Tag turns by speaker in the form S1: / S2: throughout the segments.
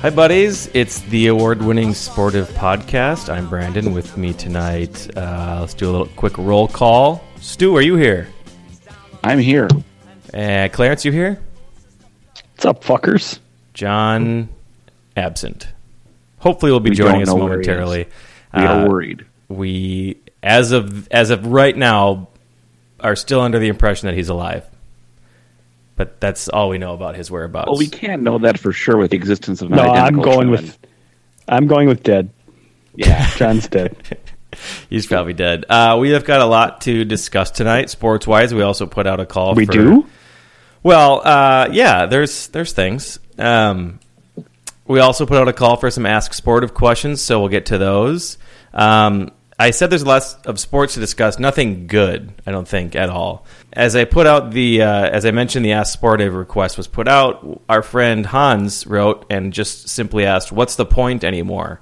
S1: Hi, buddies. It's the award winning sportive podcast. I'm Brandon with me tonight. Uh, let's do a little quick roll call. Stu, are you here?
S2: I'm here.
S1: Uh, Clarence, you here?
S2: What's up, fuckers?
S1: John, absent. Hopefully, will be
S2: We
S1: joining us
S2: don't know where he is.
S1: momentarily.
S2: We are
S1: Uh,
S2: worried.
S1: We, as of as of right now, are still under the impression that he's alive. But that's all we know about his whereabouts.
S2: Well, we can't know that for sure with the existence of
S3: No, I'm
S2: non-identical
S3: going
S2: children.
S3: with I'm going with dead.
S2: yeah.
S3: John's dead.
S1: He's probably dead. Uh, we have got a lot to discuss tonight, sports wise. We also put out a call.
S3: we
S1: for-
S3: do?
S1: Well, uh, yeah. There's there's things. Um, we also put out a call for some ask sportive questions, so we'll get to those. Um, I said there's lots of sports to discuss. Nothing good, I don't think at all. As I put out the, uh, as I mentioned, the ask sportive request was put out. Our friend Hans wrote and just simply asked, "What's the point anymore?"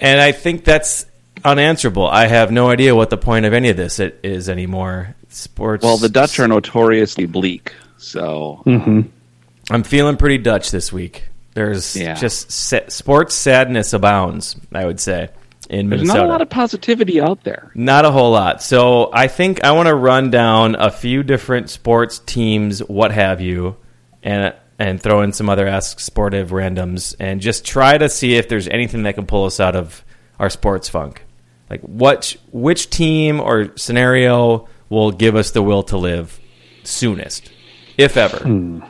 S1: And I think that's unanswerable. I have no idea what the point of any of this it is anymore. Sports.
S2: Well, the Dutch are notoriously bleak, so
S1: Mm-hmm. I'm feeling pretty Dutch this week. There's
S2: Yeah.
S1: just sa- sports sadness abounds. I would say in
S2: there's
S1: Minnesota,
S2: not a lot of positivity out there.
S1: Not a whole lot. So I think I want to run down a few different sports teams, what have you, and and throw in some other ask sportive randoms, and just try to see if there's anything that can pull us out of our sports funk. Like what which team or scenario will give us the will to live soonest, if ever.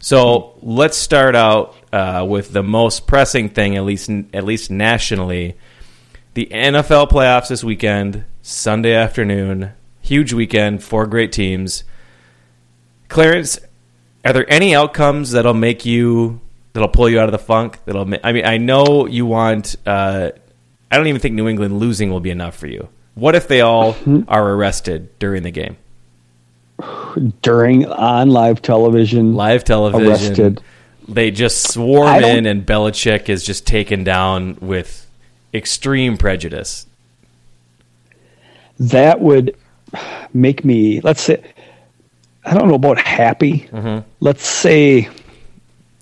S1: So let's start out uh, with the most pressing thing, at least at least nationally. The NFL playoffs this weekend, Sunday afternoon, huge weekend, four great teams. Clarence, are there any outcomes that'll make you that'll pull you out of the funk? That'll ma- I mean, I know you want. Uh, I don't even think New England losing will be enough for you. What if they all
S3: Mm-hmm.
S1: are arrested during the game?
S3: During on live television.
S1: Live television.
S3: Arrested.
S1: They just swarm
S3: I don't-
S1: in, and Belichick is just taken down with extreme prejudice.
S3: That would make me let's say I don't know about happy. Let's say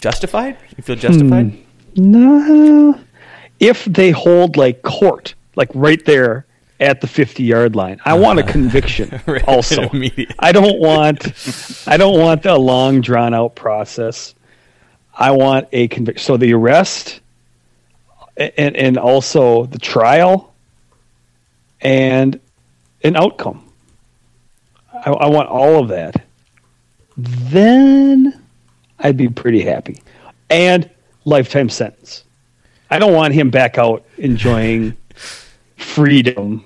S1: Justified? You feel justified?
S3: Hmm. no if they hold like court, like right there at the 50 yard line. I want a conviction
S1: Uh-huh. Right,
S3: also.
S1: immediate.
S3: I don't want I don't want a long drawn out process. I want a conviction. So the arrest a- and and also the trial and an outcome. I, I want all of that. Then I'd be pretty happy. And lifetime sentence. I don't want him back out enjoying freedom.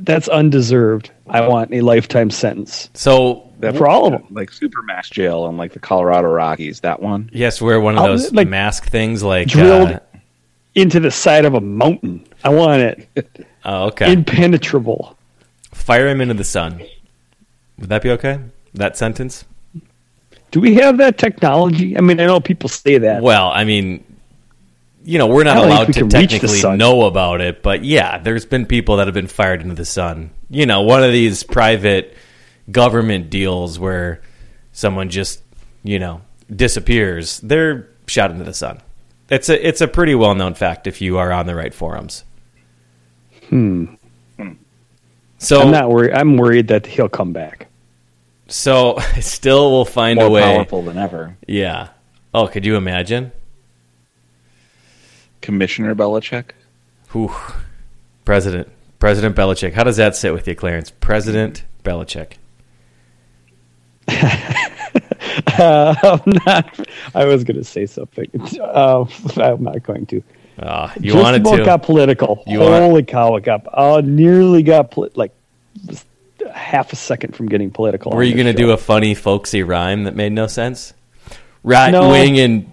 S3: That's undeserved. I want a lifetime sentence.
S1: So
S3: For all of them.
S2: Like Supermax jail and like the Colorado Rockies, that one.
S1: Yes, wear one of
S3: I'll-
S1: those
S3: like,
S1: mask things, like
S3: drilled
S1: uh,
S3: into the side of a mountain. I want it
S1: oh, okay,
S3: impenetrable.
S1: fire him into the sun. Would that be okay? That sentence?
S3: Do we have that technology? I mean, I know people say that.
S1: Well, I mean, you know, we're not
S3: I don't think
S1: allowed
S3: we
S1: to
S3: can reach the
S1: technically
S3: sun.
S1: know about it, but yeah, there's been people that have been fired into the sun. You know, one of these private government deals where someone just you know disappears, they're shot into the sun. It's a it's a pretty well known fact if you are on the right forums. Hmm. So
S3: I'm not worried. I'm worried that he'll come back.
S1: so still we'll find
S2: More
S1: a way.
S2: powerful than ever.
S1: Yeah. Oh, could you imagine?
S2: Commissioner Belichick.
S1: Whew. President. President Belichick. How does that sit with you, Clarence? President Belichick.
S3: I'm not. I was going to say something. Uh, I'm not going to.
S1: Ah, you
S3: Just
S1: wanted
S3: about
S1: to.
S3: got political.
S1: You
S3: Holy
S1: wanted-
S3: cow! It got. Oh, nearly got poli- like just half a second from getting political.
S1: Were you going to do a funny, folksy rhyme that made no sense? Rat
S3: No.
S1: wing and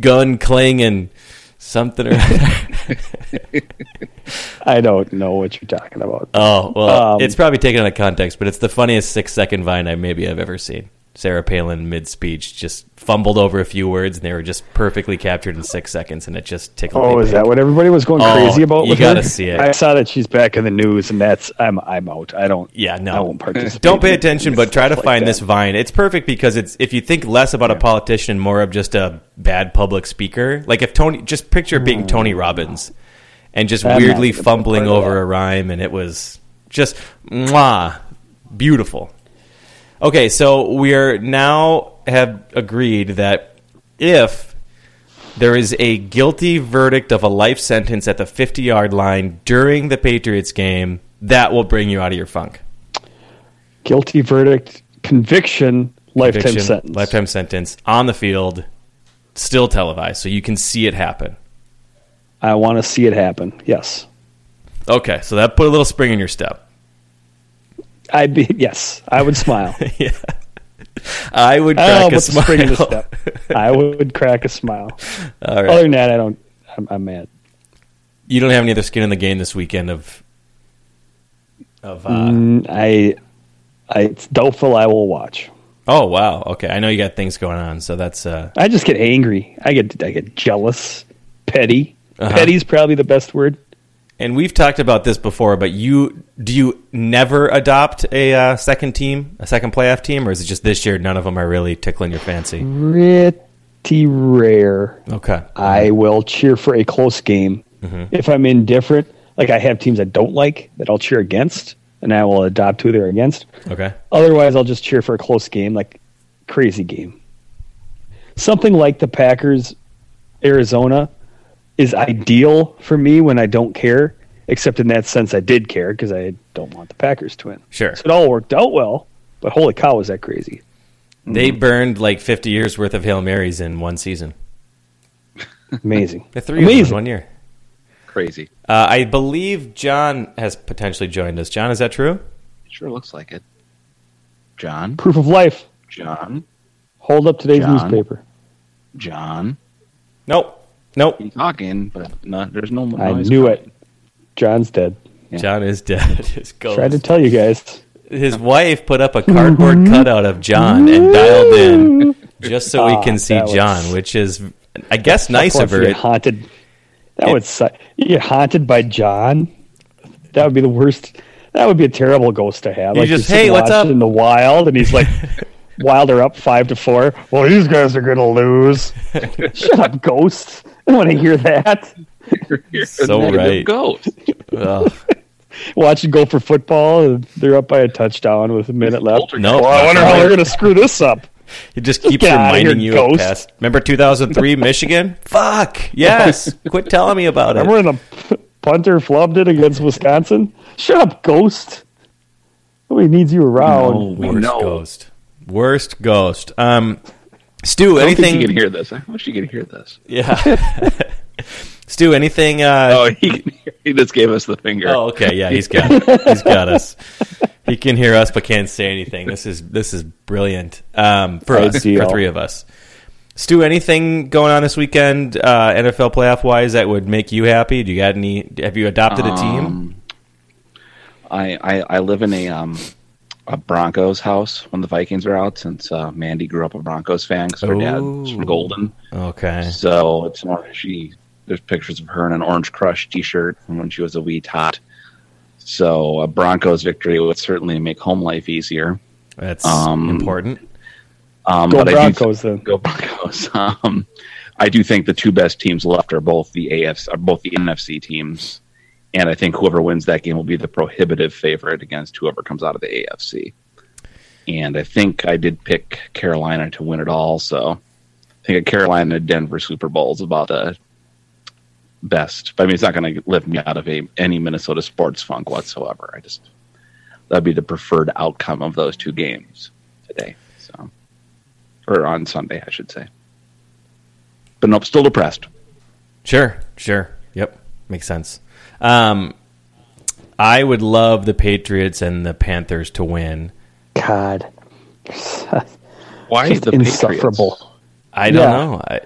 S1: gun cling and something or
S3: I don't know what you're talking about.
S1: Oh, well,
S3: Um,
S1: it's probably taken out of context, but it's the funniest six second vine I maybe I've ever seen. Sarah Palin mid speech just fumbled over a few words and they were just perfectly captured in six seconds and it just tickled
S3: Oh,
S1: me
S3: is
S1: pink.
S3: that what everybody was going
S1: Oh,
S3: crazy about?
S1: you
S3: with
S1: gotta
S3: her?
S1: see it.
S3: I saw that she's back in the news, and that's I'm I'm out. I don't.
S1: Yeah, no.
S3: I won't participate.
S1: Don't pay
S3: in
S1: attention, but try to
S3: stuff like
S1: find
S3: that.
S1: this vine. It's perfect because it's if you think less about a politician, more of just a bad public speaker. Like if Tony, just picture it
S3: Hmm.
S1: being Tony Robbins, and just
S3: I'm not
S1: weirdly
S3: gonna be a
S1: fumbling
S3: part of
S1: over
S3: that.
S1: a rhyme, and it was just mwah, beautiful. Okay, so we are now have agreed that if there is a guilty verdict of a life sentence at the 50 yard line during the Patriots game, that will bring you out of your funk.
S3: guilty verdict, conviction, lifetime
S1: Conviction,
S3: sentence.
S1: Lifetime sentence on the field, still televised, so you can see it happen.
S3: I want to see it happen. Yes,
S1: Okay, so that put a little spring in your step.
S3: I'd be. Yes, I would smile.
S1: I would
S3: oh,
S1: crack
S3: but
S1: a
S3: the
S1: smile.
S3: spring in the step. I would crack a smile.
S1: All right.
S3: Other than that, I don't. I'm, I'm mad.
S1: You don't have any other skin in the game this weekend of of uh,
S3: Mm, I, I. It's doubtful I will watch.
S1: Oh wow. Okay. I know you got things going on, so that's uh
S3: I just get angry. I get. I get jealous. Petty. Petty's probably the best word.
S1: and we've talked about this before, but you do you never adopt a uh, second team, a second playoff team, or is it just this year none of them are really tickling your
S3: Mm.
S1: fancy?
S3: Pretty rare.
S1: Okay.
S3: I will cheer for a close game. If I'm indifferent, like I have teams I don't like that I'll cheer against, and I will adopt who they're against.
S1: Okay.
S3: Otherwise, I'll just cheer for a close game, like crazy game. Something like the Packers, Arizona, is ideal for me when I don't care. Except in that sense, I did care because I don't want the Packers to win.
S1: Sure.
S3: so it all worked out well. But holy cow, was that crazy?
S1: They burned like 50 years worth of Hail Marys in one season.
S3: Amazing,
S1: The three of them in
S3: amazing.
S1: one year.
S2: Crazy.
S1: Uh, I believe John has potentially joined us. John, is that true?
S2: Sure looks like it. John.
S3: Proof of life.
S2: John.
S3: Hold up today's
S2: John.
S3: newspaper.
S2: John.
S1: Nope. Nope.
S2: He's talking, but no, there's no.
S3: I
S2: noise
S3: knew
S2: coming.
S3: it. John's dead.
S1: John is dead. His, ghost.
S3: Tried to Mm-hmm. tell you guys.
S1: His wife put up a cardboard cutout of John and dialed in just so we can see
S3: Mm-hmm. Ah, that was-
S1: John, which is, I guess, nice
S3: Plus,
S1: of her.
S3: you get haunted. That would suck. You get haunted by John. That would be the worst. That would be a terrible ghost to have.
S1: You just, "Hey,
S3: sitting
S1: what's
S3: watching
S1: up?"
S3: In the wild, and he's like, Wilder up five to four. Well, these guys are gonna lose. Shut up, ghost. I don't want to hear that.
S2: You're
S1: So
S2: a negative
S1: right.
S2: Ghost.
S1: Ugh.
S3: Watching go for football. and They're up by a touchdown with a minute left.
S1: No.
S3: Well, I wonder how they're gonna screw this up.
S1: He just keeps
S3: Get outta
S1: reminding
S3: here,
S1: you of
S3: ghost.
S1: past. Remember 2003 Michigan? Fuck. Yes. Quit telling me about it.
S3: Remember when the punter flubbed it against Wisconsin? Shut up, ghost. Nobody needs you around.
S1: Worst
S2: No.
S1: ghost. Worst ghost. Um, Stu,
S2: I don't
S1: anything?
S2: think you can hear this. I wish you could hear this.
S1: Yeah. Stu, anything? Uh,
S2: Oh, he can hear. He just gave us the finger.
S1: oh, okay. Yeah, he's got it. he's got us. He can hear us, but can't say anything. This is this is brilliant um, for us, for
S3: Ideal.
S1: three of us. Stu, anything going on this weekend, uh, NFL playoff wise, that would make you happy? Do you got any? Have you adopted a team?
S2: Um, I, I I live in a um a Broncos house when the Vikings are out since uh, Mandy grew up a Broncos fan because her dad's
S1: Ooh.
S3: Oh.
S2: from Golden.
S1: okay.
S2: So it's more she. There's pictures of her in an Orange Crush T-shirt from when she was a wee tot. So a Broncos victory would certainly make home life easier.
S1: That's
S2: Um,
S1: important.
S2: Um,
S3: Go
S2: but I do th-
S3: Broncos, then.
S2: Go Broncos. Um, I do think the two best teams left are both the AFC, are both the NFC teams, and I think whoever wins that game will be the prohibitive favorite against whoever comes out of the AFC. And I think I did pick Carolina to win it all, so I think a Carolina Denver Super Bowl is about the best. But I mean, it's not going to lift me out of a, any Minnesota sports funk whatsoever. I just that'd be the preferred outcome of those two games today. So, or on Sunday, I should say. But nope, still depressed.
S1: Sure, sure. Yep, makes sense. Um, I would love the Patriots and the Panthers to win.
S3: God,
S2: Why
S3: just insufferable.
S1: I don't
S3: Yeah.
S1: know. I,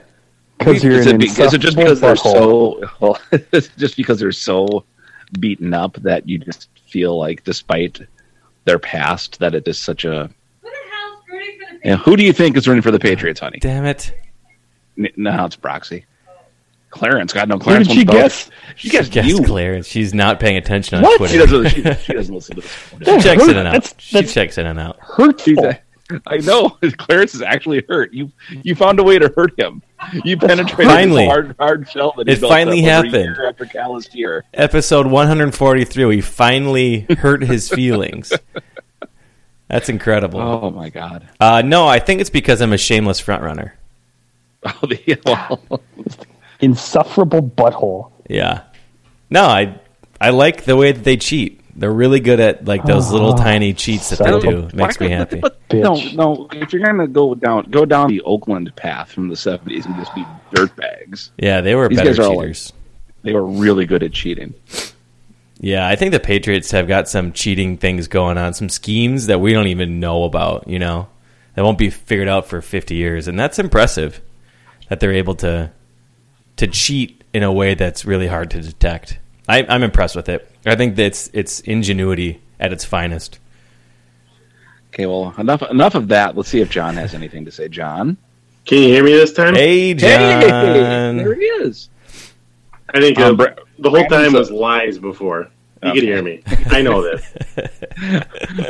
S3: Because you're
S2: Is
S3: an
S2: it, be, is it just
S3: insufferable
S2: because they're
S3: butthole.
S2: so well, is it just because they're so beaten up that you just feel like, despite their past, that it is such a. Yeah, who do you think is running for the Patriots, honey?
S1: damn it.
S2: N- No, it's Broxy. Clarence, God, no,
S3: Who
S2: Clarence.
S3: did she
S2: won't vote.
S3: guess?
S2: She guessed
S1: Guess
S2: you.
S1: Claire. She's not paying attention on
S3: What?
S1: Twitter.
S2: She doesn't. She, she doesn't listen to
S1: She
S2: this.
S1: checks in and out.
S3: That's-
S1: she
S3: that's-
S1: checks in and out.
S2: She's
S3: Hurtful.
S2: a- I know Clarence is actually hurt. You you found a way to hurt him. You penetrated
S1: Finally.
S2: his hard hard shell that he
S1: It
S2: built up
S1: finally
S2: over
S1: happened.
S2: Year after callous year.
S1: Episode 143. We finally hurt his feelings. That's incredible.
S2: Oh my God.
S1: Uh, no, I think it's because I'm a shameless front runner.
S2: Oh, the, well,
S3: Insufferable butthole.
S1: Yeah. No, I I like the way that they cheat. They're really good at like those little
S2: Oh.
S1: tiny cheats that they
S3: son
S1: do.
S3: of
S1: Makes me
S2: Why-
S1: happy.
S2: But, no,
S3: Bitch.
S2: no. If you're gonna go down, go down the Oakland path from the '70s and just be dirtbags.
S1: Yeah, they were
S2: These
S1: better
S2: guys are all, like-
S1: cheaters.
S2: They were really good at cheating.
S1: Yeah, I think the Patriots have got some cheating things going on, some schemes that we don't even know about, you know, that won't be figured out for 50 years. And that's impressive that they're able to to cheat in a way that's really hard to detect. I, I'm impressed with it. I think that's it's ingenuity at its finest.
S2: Okay, well, enough enough of that. Let's see if John has anything to say. John,
S4: Can you hear me this time?
S1: Hey, John.
S2: hey, there he is.
S4: I think
S2: Um,
S4: uh,
S2: Bra-
S4: the whole
S2: Brandon's
S4: time
S2: a-
S4: was lies before. You could hear me. I know this.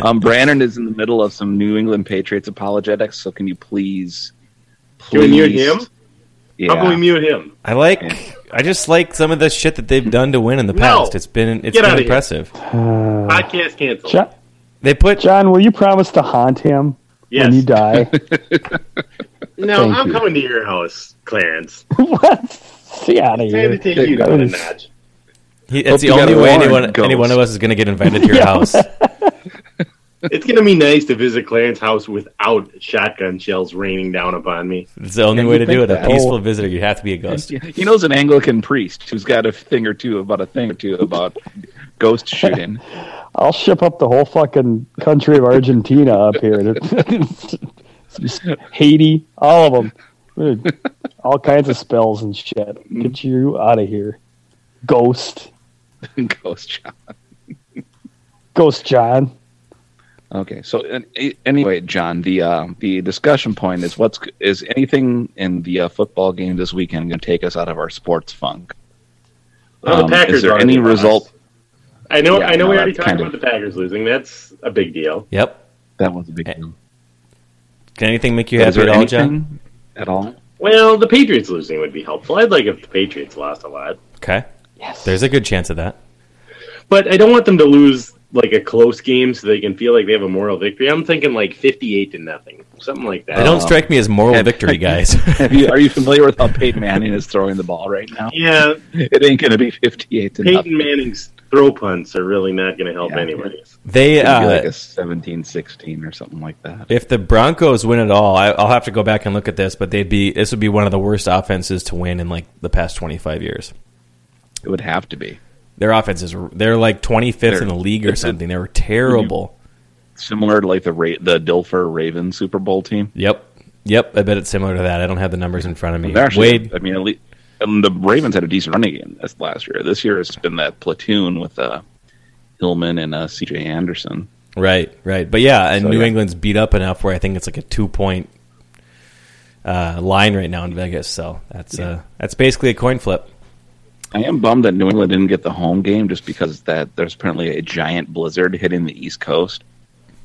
S2: Um, Brandon is in the middle of some New England Patriots apologetics, so can you please,
S4: Can we
S2: please,
S4: mute him?
S2: Yeah.
S4: How can we mute him?
S1: I like. I just like some of the shit that they've done to win in the
S4: No.
S1: past. It's been it's
S4: Get
S1: been
S4: outta here.
S1: impressive.
S3: Uh,
S4: Podcast canceled.
S3: John,
S1: They put
S3: John, will you promise to haunt him
S4: yes.
S3: when you die?
S4: no,
S3: Thank
S4: I'm
S3: you.
S4: coming to your house, Clarence.
S3: what? See out of
S4: I had
S3: here.
S4: to take you down a notch.
S1: He, it's the
S2: you
S1: only
S2: got a
S1: way
S2: warrant,
S1: anyone,
S2: ghost.
S1: any one of us is going to get invited to your
S3: Yeah.
S1: house.
S4: It's going to be nice to visit Clarence's house without shotgun shells raining down upon me.
S1: It's the only
S2: And
S1: way to
S2: you
S1: do it.
S2: think
S1: A
S2: that-
S1: peaceful visitor. You have to be a ghost.
S2: He knows an Anglican priest who's got a thing or two about a thing or two about ghost shooting.
S3: I'll ship up the whole fucking country of Argentina up here. Haiti, all of them. All kinds of spells and shit.
S2: Mm.
S3: Get you out of here. Ghost.
S2: ghost John.
S3: Ghost John.
S2: Okay, so an- a- anyway, John, the uh, the discussion point is what's is anything in the uh, football game this weekend going to take us out of our sports funk?
S4: Well,
S2: Um,
S4: the Packers
S2: is there
S4: are
S2: any
S4: the loss.
S2: result?
S4: I know.
S2: Yeah,
S4: I know.
S2: no,
S4: we already
S2: that's
S4: talked
S2: kind of-
S4: about the Packers losing. That's a big deal.
S1: Yep.
S2: That was a big deal.
S1: Can anything make Eh, you
S2: Is
S1: happy
S2: there
S1: at all, John?
S2: anything at all?
S4: Well, the Patriots losing would be helpful. I'd like if the Patriots lost a lot,
S1: Okay. Yes. There's a good chance of that.
S4: but I don't want them to lose like a close game so they can feel like they have a moral victory. I'm thinking like 58 to nothing, something like
S2: Uh,
S4: that.
S1: They don't strike me as moral victory guys.
S2: Have you, are you familiar with how Peyton Manning is throwing the ball right now?
S4: Yeah,
S2: It ain't going to be 58 to nothing.
S4: Peyton Manning's throw punts are really not going to help
S2: Yeah.
S4: anyways.
S1: they
S2: It'd be like
S1: uh,
S2: a 17 16 or something like that.
S1: if the Broncos win at all, I, I'll have to go back and look at this. But they'd be this would be one of the worst offenses to win in like the past 25 years.
S2: It would have to be.
S1: Their offenses were- they're like 25th in
S2: They're-
S1: the league or
S2: it's a-
S1: something. They were terrible.
S2: Similar to like the Ra- the Dilfer Raven Super Bowl team.
S1: Yep. Yep. I bet it's similar to that. I don't have the numbers in front of me.
S2: They're actually-
S1: Wade.
S2: I mean, at least, um, the Ravens had a decent running game this last year. This year it's been that platoon with uh, Hillman and uh, CJ Anderson.
S1: Right, right. But yeah, and
S2: So,
S1: New
S2: yeah.
S1: England's beat up enough where I think it's like a two point uh, line right now in Vegas. So that's uh, that's basically a coin flip.
S2: I am bummed that New England didn't get the home game just because that there's apparently a giant blizzard hitting the East Coast.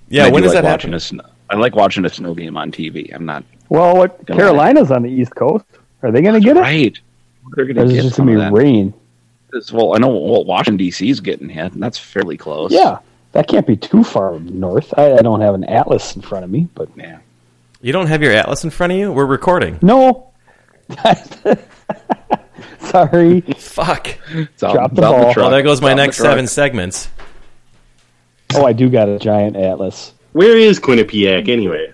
S1: Yeah,
S2: And I
S1: when
S2: do
S1: does
S2: like
S1: that
S2: watching
S1: happen?
S2: a sn- I like watching a snow game on TV. I'm not
S3: Well, what
S2: Gonna
S3: Carolina's on the East Coast? Are they going to get it?
S2: right. They're
S3: Or
S2: going to
S3: is it
S2: get
S3: just
S2: some
S3: going
S2: of that.
S3: to be rain?
S2: It's- Well, I know well, Washington D.C.'s getting hit, and that's fairly close.
S3: Yeah, that can't be too far north. I, I don't have an atlas in front of me, but
S2: yeah.
S1: You don't have your atlas in front of you? We're recording.
S3: no. Sorry.
S1: Fuck.
S2: It's out,
S3: Drop
S2: it's
S3: the
S2: out in
S3: ball.
S2: truck.
S1: Well, there goes
S2: It's
S1: my
S2: out in the
S1: next
S2: truck.
S1: seven segments.
S3: Oh, I do got a giant atlas.
S4: Where is Quinnipiac anyway?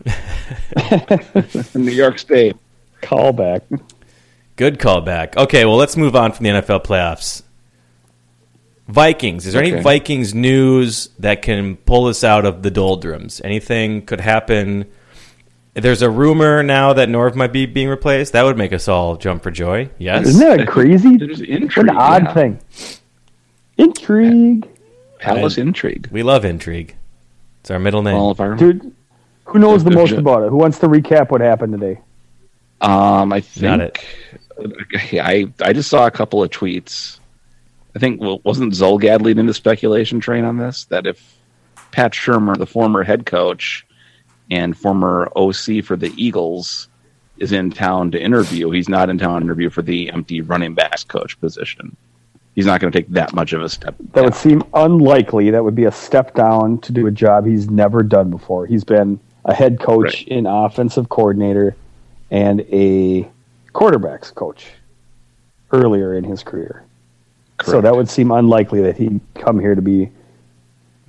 S2: in New York State.
S3: Callback.
S1: Good callback. Okay, well, let's move on from the NFL playoffs. Vikings. Is there any
S2: Okay.
S1: Vikings news that can pull us out of the doldrums? Anything could happen. There's a rumor now that Norv might be being replaced. That would make us all jump for joy. Yes.
S3: Isn't that a crazy?
S2: There's
S3: What
S2: intrigue.
S3: an odd
S2: yeah.
S3: thing. Intrigue,
S2: Palace intrigue.
S1: We love intrigue. It's our middle name.
S2: All of our.
S3: dude. Who knows the
S2: Good
S3: most
S2: shit.
S3: about it? Who wants to recap what happened today?
S2: Um, I think.
S1: Got it.
S2: I I just saw a couple of tweets. I think well, wasn't Zolgad leading the speculation train on this that if Pat Shermer, the former head coach and former OC for the Eagles, is in town to interview, he's not in town to interview for the empty running backs coach position. He's not going to take that much of a step.
S3: That would seem unlikely. That would be a step down to do a job he's never done before. He's been a head coach,
S2: Right.
S3: an offensive coordinator, and a quarterbacks coach earlier in his career. So
S2: Correct.
S3: that would seem unlikely that he'd come here to be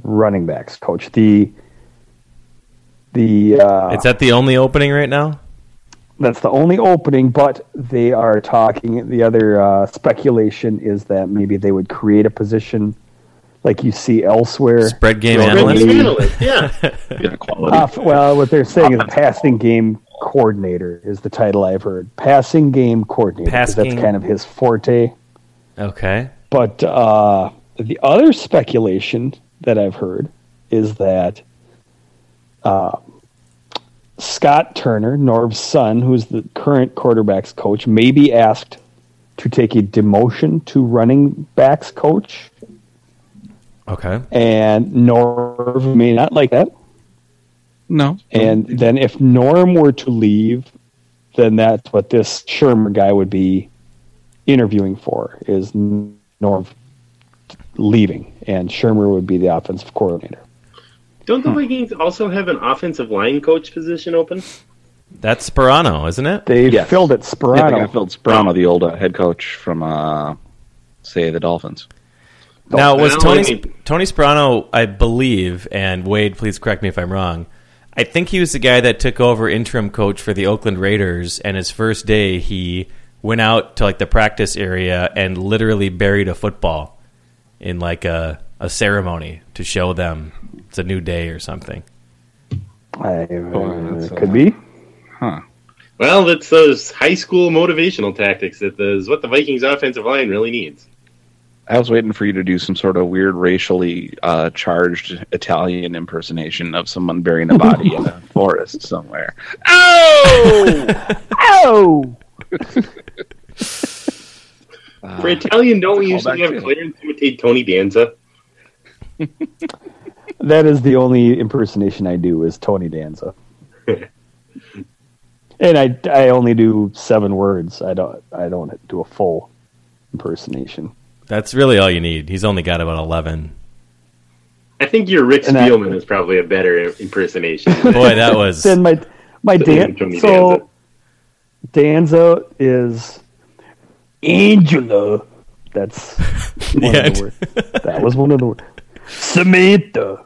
S3: running backs coach. The the uh,
S1: Is that the only opening right now?
S3: that's the only opening, but they are talking. The other uh, speculation is that maybe they would create a position like you see elsewhere.
S1: Spread game
S3: Spread
S1: analyst.
S3: game.
S4: Analyst, yeah.
S2: Yeah, quality.
S3: Off- well, what they're saying is passing game coordinator is the title I've heard. Passing game coordinator. 'cause
S1: Passing-
S3: That's kind of his forte.
S1: Okay.
S3: But uh, the other speculation that I've heard is that uh, Scott Turner, Norv's son, who's the current quarterbacks coach, may be asked to take a demotion to running backs coach,
S1: Okay.
S3: and Norv may not like that.
S2: No,
S3: And then if Norm were to leave, then that's what this Shermer guy would be interviewing for is Norm leaving, and Shermer would be the offensive coordinator.
S4: Don't the Vikings also have an offensive line coach position open?
S1: That's Sperano, isn't it?
S3: They
S2: Yes.
S3: filled it
S2: yeah, I think I
S3: Sperano.
S2: filled Sperano, the old uh, head coach from, uh, say, the Dolphins.
S1: Now was
S4: Well,
S1: Tony
S4: I mean-
S1: Tony Sperano, I believe, and Wade, please correct me if I'm wrong. I think he was the guy that took over interim coach for the Oakland Raiders, and his first day he went out to like the practice area and literally buried a football in like a a ceremony to show them it's a new day or something.
S3: I,
S2: that's, uh,
S3: could be.
S4: Well, that's those high school motivational tactics. That is what the Vikings offensive line really needs.
S2: I was waiting for you to do some sort of weird racially uh, charged Italian impersonation of someone burying a body in a forest somewhere.
S3: Oh,
S4: For Italian, don't we
S2: Ah, callback
S4: usually have
S2: too.
S4: Clarence imitate Tony Danza?
S3: that is the only impersonation I do is Tony Danza. And I, I only do seven words. I don't I don't do a full impersonation.
S1: That's really all you need. He's only got about eleven.
S4: I think your Rick
S3: And that-
S4: Spielman is probably a better impersonation.
S1: Boy, that was
S3: then my my
S4: Dan-
S3: Dan,
S4: Tony
S3: so Danza is Angela. That's one
S1: Yeah.
S3: of the words. That was one of the words. Samantha,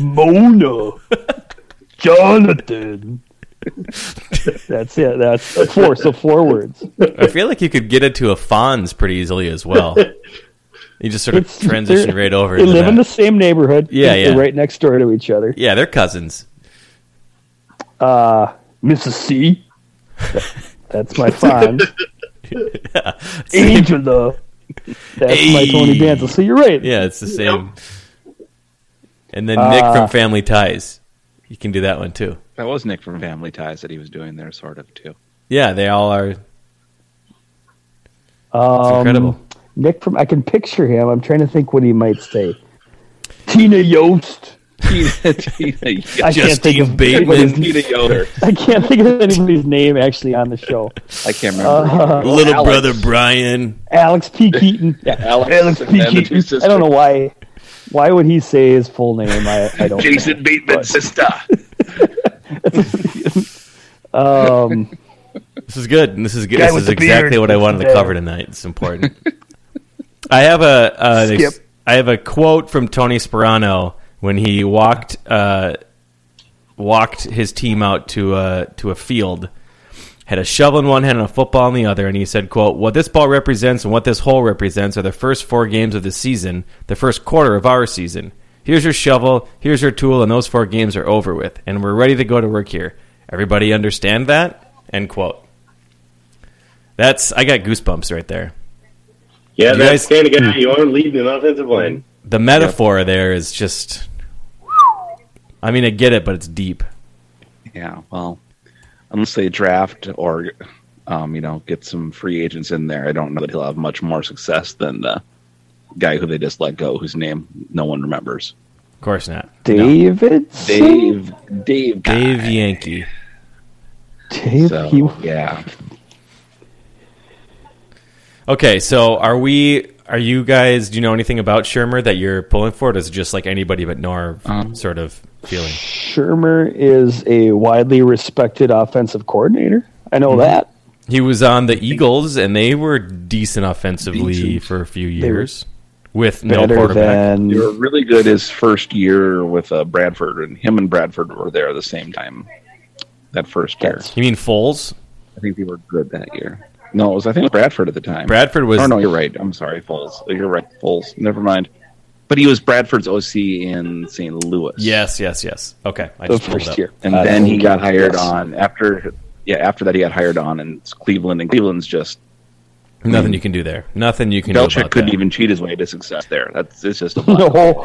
S3: Mona, Jonathan. That's it. That's that's four. So four words.
S1: I feel like you could get it to a Fonz pretty easily as well. You just sort of
S3: It's-
S1: transition
S3: they're-
S1: right over.
S3: They
S1: into
S3: live in
S1: that.
S3: the same neighborhood.
S1: Yeah,
S3: They're
S1: yeah.
S3: Right next door to each other.
S1: yeah, they're cousins.
S3: Mrs. C. That's my fond. Angela. That's my
S1: Hey.
S3: Tony Danza. So you're right.
S1: Yeah, it's the same. And then
S3: Uh,
S1: Nick from Family Ties. You can do that one too.
S2: That was Nick from Family Ties that he was doing there, sort of, too.
S1: Yeah, they all are. It's
S3: Um,
S1: incredible.
S3: Nick from I can picture him. I'm trying to think what he might say. Tina Yost.
S2: Tina, Tina,
S3: I can't think of
S1: Bateman.
S2: Tina Yoder.
S3: I can't think of anybody's name actually on the show.
S2: I can't remember.
S1: Little
S3: Uh,
S2: Alex.
S1: brother Brian.
S3: Alex P. Keaton.
S2: Yeah, Alex and
S3: P.
S2: then the two
S3: Keaton. I don't know why. Why would he say his full name? I, I don't.
S2: Jason Bateman's sister.
S3: know. Um,
S1: This is good. and This is good.
S5: Guy
S1: This
S5: with
S1: is
S5: the
S1: exactly
S5: beard.
S1: what I wanted to
S3: There.
S1: cover tonight. It's important. I have a uh,
S5: Skip.
S1: ex- I have a quote from Tony Sperano when he walked uh, walked his team out to a, to a field. Had a shovel in one hand and a football in the other, and he said, "quote What this ball represents and what this hole represents are the first four games of the season, the first quarter of our season. Here's your shovel, here's your tool, and those four games are over with, and we're ready to go to work here. Everybody understand that?" End quote. That's I got goosebumps right there.
S4: Yeah,
S1: You
S4: that's
S1: guys-
S4: kind of guy you aren't leading an offensive line.
S1: The metaphor there is just. I mean, I get it, but it's deep.
S2: Yeah, well, unless they draft or, um, you know, get some free agents in there, I don't know that he'll have much more success than the guy who they just let go, whose name no one remembers.
S1: Of course not.
S3: David.
S2: Dave, Dave, guy.
S1: Dave Yankee.
S3: Dave.
S2: So
S3: he-
S2: yeah,
S1: Okay, so are we? Are you guys? Do you know anything about Shermer that you're pulling for? Or is it just like anybody but Norv sort of feeling?
S3: Shermer is a widely respected offensive coordinator. I know that.
S1: He was on the Eagles, and they were decent offensively for a few years with no
S3: Better
S1: quarterback.
S3: than
S2: they were really good his first year with uh, Bradford, and him and Bradford were there the same time. That first year,
S1: you mean Foles?
S2: I think they were good that year. No, it was I think it was Bradford at the time.
S1: Bradford was
S2: Oh no, you're right. I'm sorry, Foles. You're right, Foles. Never mind. But he was Bradford's OC in St. Louis.
S1: yes, yes, yes. Okay, I
S3: the
S1: just pulled
S3: first
S1: up.
S3: year.
S2: and
S3: Uh,
S2: then he got hired
S3: yes.
S2: on after. Yeah, after that he got hired on in Cleveland, and Cleveland's just
S1: Nothing you can do there. Nothing you can. do
S2: Belichick
S1: about
S2: couldn't
S1: that.
S2: even cheat his way to success there. That's it's just a
S3: No.
S2: lot.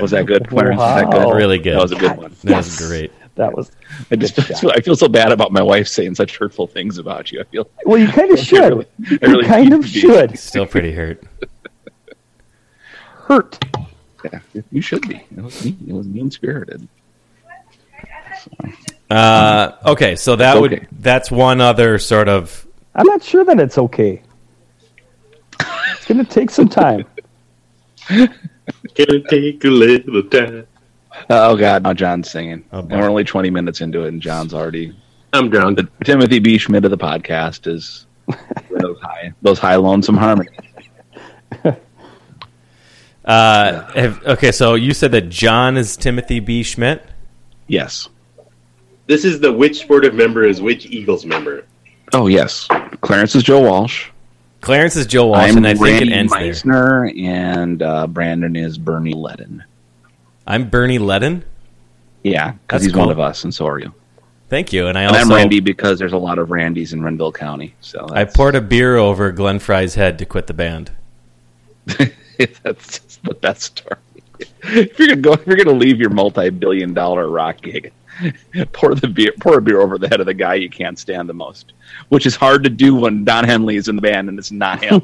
S2: was that good? Clarence? Was that good?
S3: Wow.
S1: Really good.
S2: That was a good one.
S1: That was great.
S3: That was
S2: I just I feel so bad about my wife saying such hurtful things about you. I feel
S3: well. You kind of
S2: I
S3: should.
S2: really, I
S3: You
S2: really
S3: kind of
S2: need to be-
S3: should
S1: Still pretty hurt.
S3: hurt.
S2: Yeah, you should be. It was mean, it was mean spirited.
S1: Uh, okay, so that
S2: It's
S1: would
S2: okay.
S1: that's one other sort of
S3: I'm not sure that it's okay. It's going to take some time.
S4: Gonna take a little time.
S2: Oh God, now John's singing.
S1: Oh,
S2: and
S1: boy.
S2: we're only twenty minutes into it, and John's already.
S4: I'm drunk.
S2: The Timothy B. Schmidt of the podcast is those high, those high lonesome harmonies.
S1: uh, have, okay. So you said that John is Timothy B. Schmidt.
S2: Yes.
S4: This is the which sportive member is which Eagles member.
S2: Oh yes. Clarence is Joe Walsh.
S1: Clarence is Joe Walsh,
S2: I'm
S1: and I think
S2: Randy
S1: it ends there.
S2: Meisner, and uh, Brandon is Bernie Ledden.
S1: I'm Bernie Ledden.
S2: Yeah, because
S1: That's
S2: he's
S1: cool.
S2: one of us, and so are you.
S1: Thank you. And I
S2: And
S1: also
S2: I'm Randy because there's a lot of Randys in Renville County. So
S1: I
S2: that's,
S1: poured a beer over Glenn Fry's head to quit the band.
S2: that's just the best story. If you're gonna go, if you're gonna leave your multi-billion-dollar rock gig, pour the beer, pour a beer over the head of the guy you can't stand the most, which is hard to do when Don Henley is in the band and it's not him.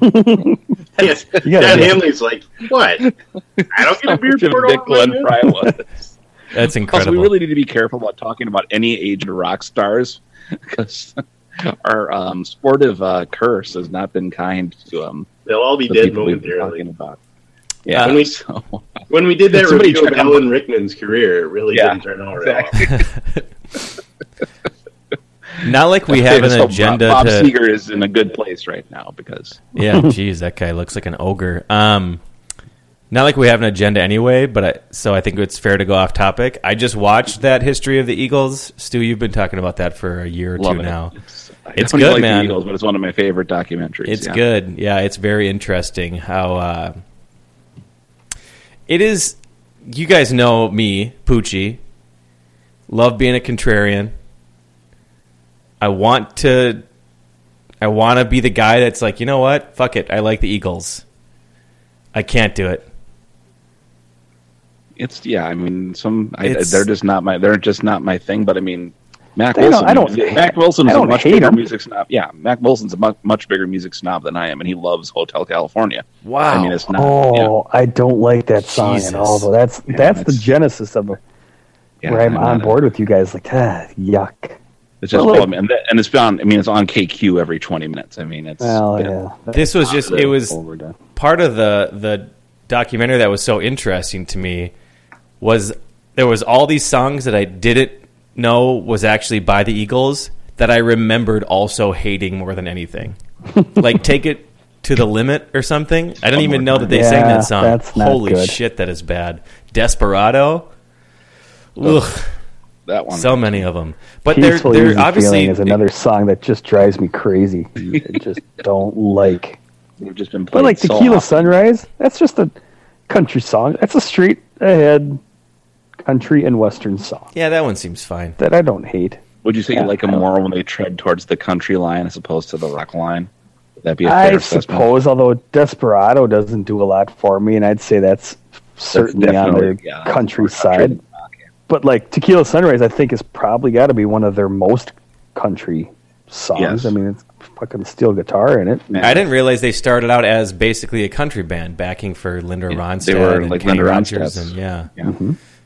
S4: Yes,
S3: gotta
S4: Dan
S3: do it.
S4: Hanley's like, what? I don't get a beer
S2: Which of
S4: poured
S2: Dick
S4: over
S2: Glenn Fry
S4: my
S2: was.
S1: That's
S2: Plus,
S1: incredible.
S2: Oh, we really need to be careful about talking about any age rock stars because our um, sportive uh, curse has not been kind to um,
S4: They'll all be
S2: the
S4: dead
S2: people we've been talking
S4: momentarily.
S2: about. Yeah,
S4: When we-
S2: so-
S4: When we did that
S2: Somebody
S4: review of
S2: check on-
S4: Alan Rickman's career, it really
S2: Yeah,
S4: didn't turn out right.
S2: exactly.
S1: Not like we have
S2: So
S1: an
S2: Bob-
S1: agenda
S2: Bob,
S1: to.
S2: Seeger is in a good place right now because
S1: yeah, geez, that guy looks like an ogre. Um, not like we have an agenda anyway, but I, so I think it's fair to go off topic. I just watched that history of the Eagles. Stu, you've been talking about that for a year or
S2: love
S1: two
S2: it.
S1: now. It's,
S2: It's, I
S1: It's
S2: don't
S1: good,
S2: like
S1: man.
S2: The Eagles, but it's one of my favorite documentaries. yeah.
S1: good. Yeah, it's very interesting how uh, it is. You guys know me, Poochie. Love being a contrarian. I want to. I want to be the guy that's like, you know what? Fuck it. I like the Eagles. I can't do it.
S2: It's yeah. I mean, some I,
S1: It's-
S2: they're just not my they're just not my thing. But I mean, Mac
S3: They don't-
S2: Wilson.
S3: I don't-
S2: Mac Wilson
S3: I
S2: is a
S3: don't
S2: much
S3: hate
S2: bigger
S3: him.
S2: music snob. Yeah, Mac Wilson's a much, much bigger music snob than I am, and he loves Hotel California.
S1: Wow.
S2: I mean, it's not.
S3: oh,
S2: you know,
S3: I don't like that song
S1: Jesus.
S3: at all. Though that's
S2: Yeah,
S3: that's the
S2: it's-
S3: genesis of
S2: yeah,
S3: where I'm
S2: not
S3: on
S2: a-
S3: board with you guys. Like, ah, yuck.
S2: It's just
S3: Well,
S2: well, and, that, and it's been on. I mean, it's on KQ every twenty minutes. I mean, it's
S3: Well,
S2: been
S3: yeah.
S1: This was just it was
S2: overdone.
S1: part of the the documentary that was so interesting to me was there was all these songs that I didn't know was actually by the Eagles that I remembered also hating more than anything. like take it to the limit or something. I didn't even know that they sang
S3: Oh Yeah,
S1: that song.
S3: that's not
S1: Holy
S3: good.
S1: shit, that is bad. Desperado. Ugh,
S2: that one.
S1: so many of them. But they're
S3: Peaceful
S1: they're
S3: Easy
S1: obviously
S3: Feeling is another song that just drives me crazy. I just don't like.
S2: we've just been playing
S3: But like
S2: so
S3: Tequila
S2: often.
S3: Sunrise, that's just a country song. That's a straight ahead country and western song
S1: Yeah, that one seems fine.
S3: that I don't hate.
S2: Would you say
S3: Yeah,
S2: you like them
S3: I don't-
S2: more when they tread towards the country line as opposed to the rock line? Would that be a fair
S3: I
S2: assessment?
S3: suppose, although Desperado doesn't do a lot for me, and I'd say that's certainly on
S2: definitely-
S3: the
S2: yeah, that's
S3: country
S2: more
S3: side.
S2: country than
S3: But like Tequila Sunrise, I think is probably got to be one of their most country songs.
S2: Yes.
S3: I mean, it's fucking steel guitar in it.
S1: I didn't realize they started out as basically a country band, backing for Linda Ronstadt.
S2: they were
S1: and
S2: like
S1: Kenny
S2: Linda
S1: Rogers
S2: Ronstadt's.
S1: and yeah,
S2: Yeah.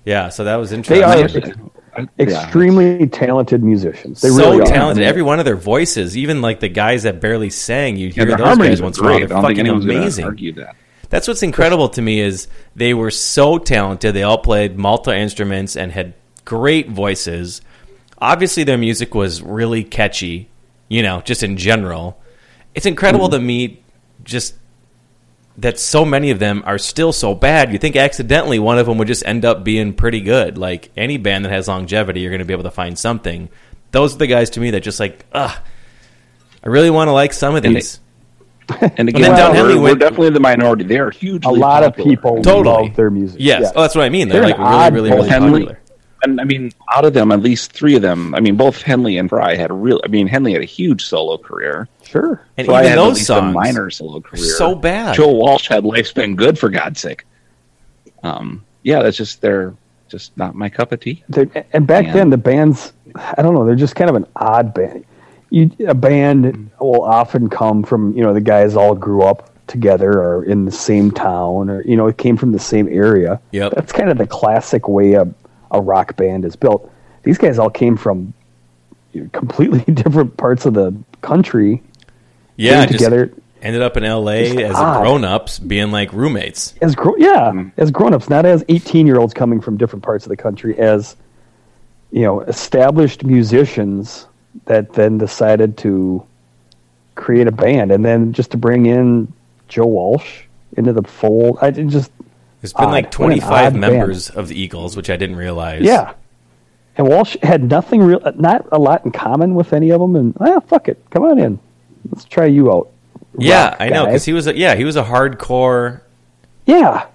S1: yeah. So that was
S3: They
S1: interesting.
S3: are
S2: I- yeah.
S3: extremely talented musicians. They
S1: so
S3: really are.
S1: talented. Every one of their voices, even like the guys that barely sang, you
S2: Yeah,
S1: hear
S2: the
S1: those
S2: harmonies
S1: guys
S2: were
S1: once in a while.
S2: great. I
S1: They're
S2: don't think
S1: fucking
S2: anyone's going to
S1: amazing.
S2: argue that.
S1: That's what's incredible to me is they were so talented. They all played multi instruments and had great voices. Obviously, their music was really catchy. You know, just in general, it's incredible
S3: Mm-hmm.
S1: to me. Just that so many of them are still so bad. You think accidentally one of them would just end up being pretty good. Like any band that has longevity, you're going to be able to find something. Those are the guys to me that just like, ugh, I really want to like some of
S2: And
S1: these.
S2: And
S1: then
S2: again,
S1: Down
S2: we're,
S1: Henley
S2: we're
S1: went-
S2: definitely the minority. They are huge.
S3: a lot of people
S1: Totally.
S3: love their music.
S1: Yes,
S3: Yeah.
S1: oh, that's what I mean. They're,
S3: They're
S1: like
S3: an
S1: really, really,
S3: oddball.
S1: really
S2: Henley-
S1: popular.
S2: And I mean, out of them, at least three of them. I mean, both Henley and Fry had a real. I mean, Henley had a huge solo career.
S3: sure.
S1: And
S2: Fry
S1: even
S2: had at
S1: those
S2: least a
S1: songs
S2: minor solo career.
S1: so bad.
S2: Joe Walsh had Life's Been Good for God's sake. Um, yeah, that's just they're just not my cup of tea.
S3: They- and back
S2: Yeah.
S3: then the bands i don't know they're just kind of an odd band you, a band
S1: Mm-hmm.
S3: will often come from you know the guys all grew up together or in the same town or you know it came from the same area
S1: Yep.
S3: that's kind of the classic way a, a rock band is built these guys all came from you know, completely different parts of the country
S1: Yeah,
S3: came
S1: just
S3: together
S1: ended up in L.A. as a
S3: odd.
S1: grown ups, being like roommates.
S3: as grown yeah
S2: Hmm.
S3: as grown-ups not as 18 year olds coming from different parts of the country as you know established musicians that then decided to create a band and then just to bring in joe walsh into the fold i did just
S1: There's
S2: Ah,
S1: been
S3: Odd.
S1: like
S3: What an
S1: 25
S3: odd
S1: members of the Eagles, which I didn't realize.
S3: yeah and walsh had nothing real not a lot in common with any of them and ah fuck it come on in let's try you out
S1: yeah,
S3: Rock
S1: I know
S3: guy.
S1: because he was a, yeah he was a hardcore
S3: yeah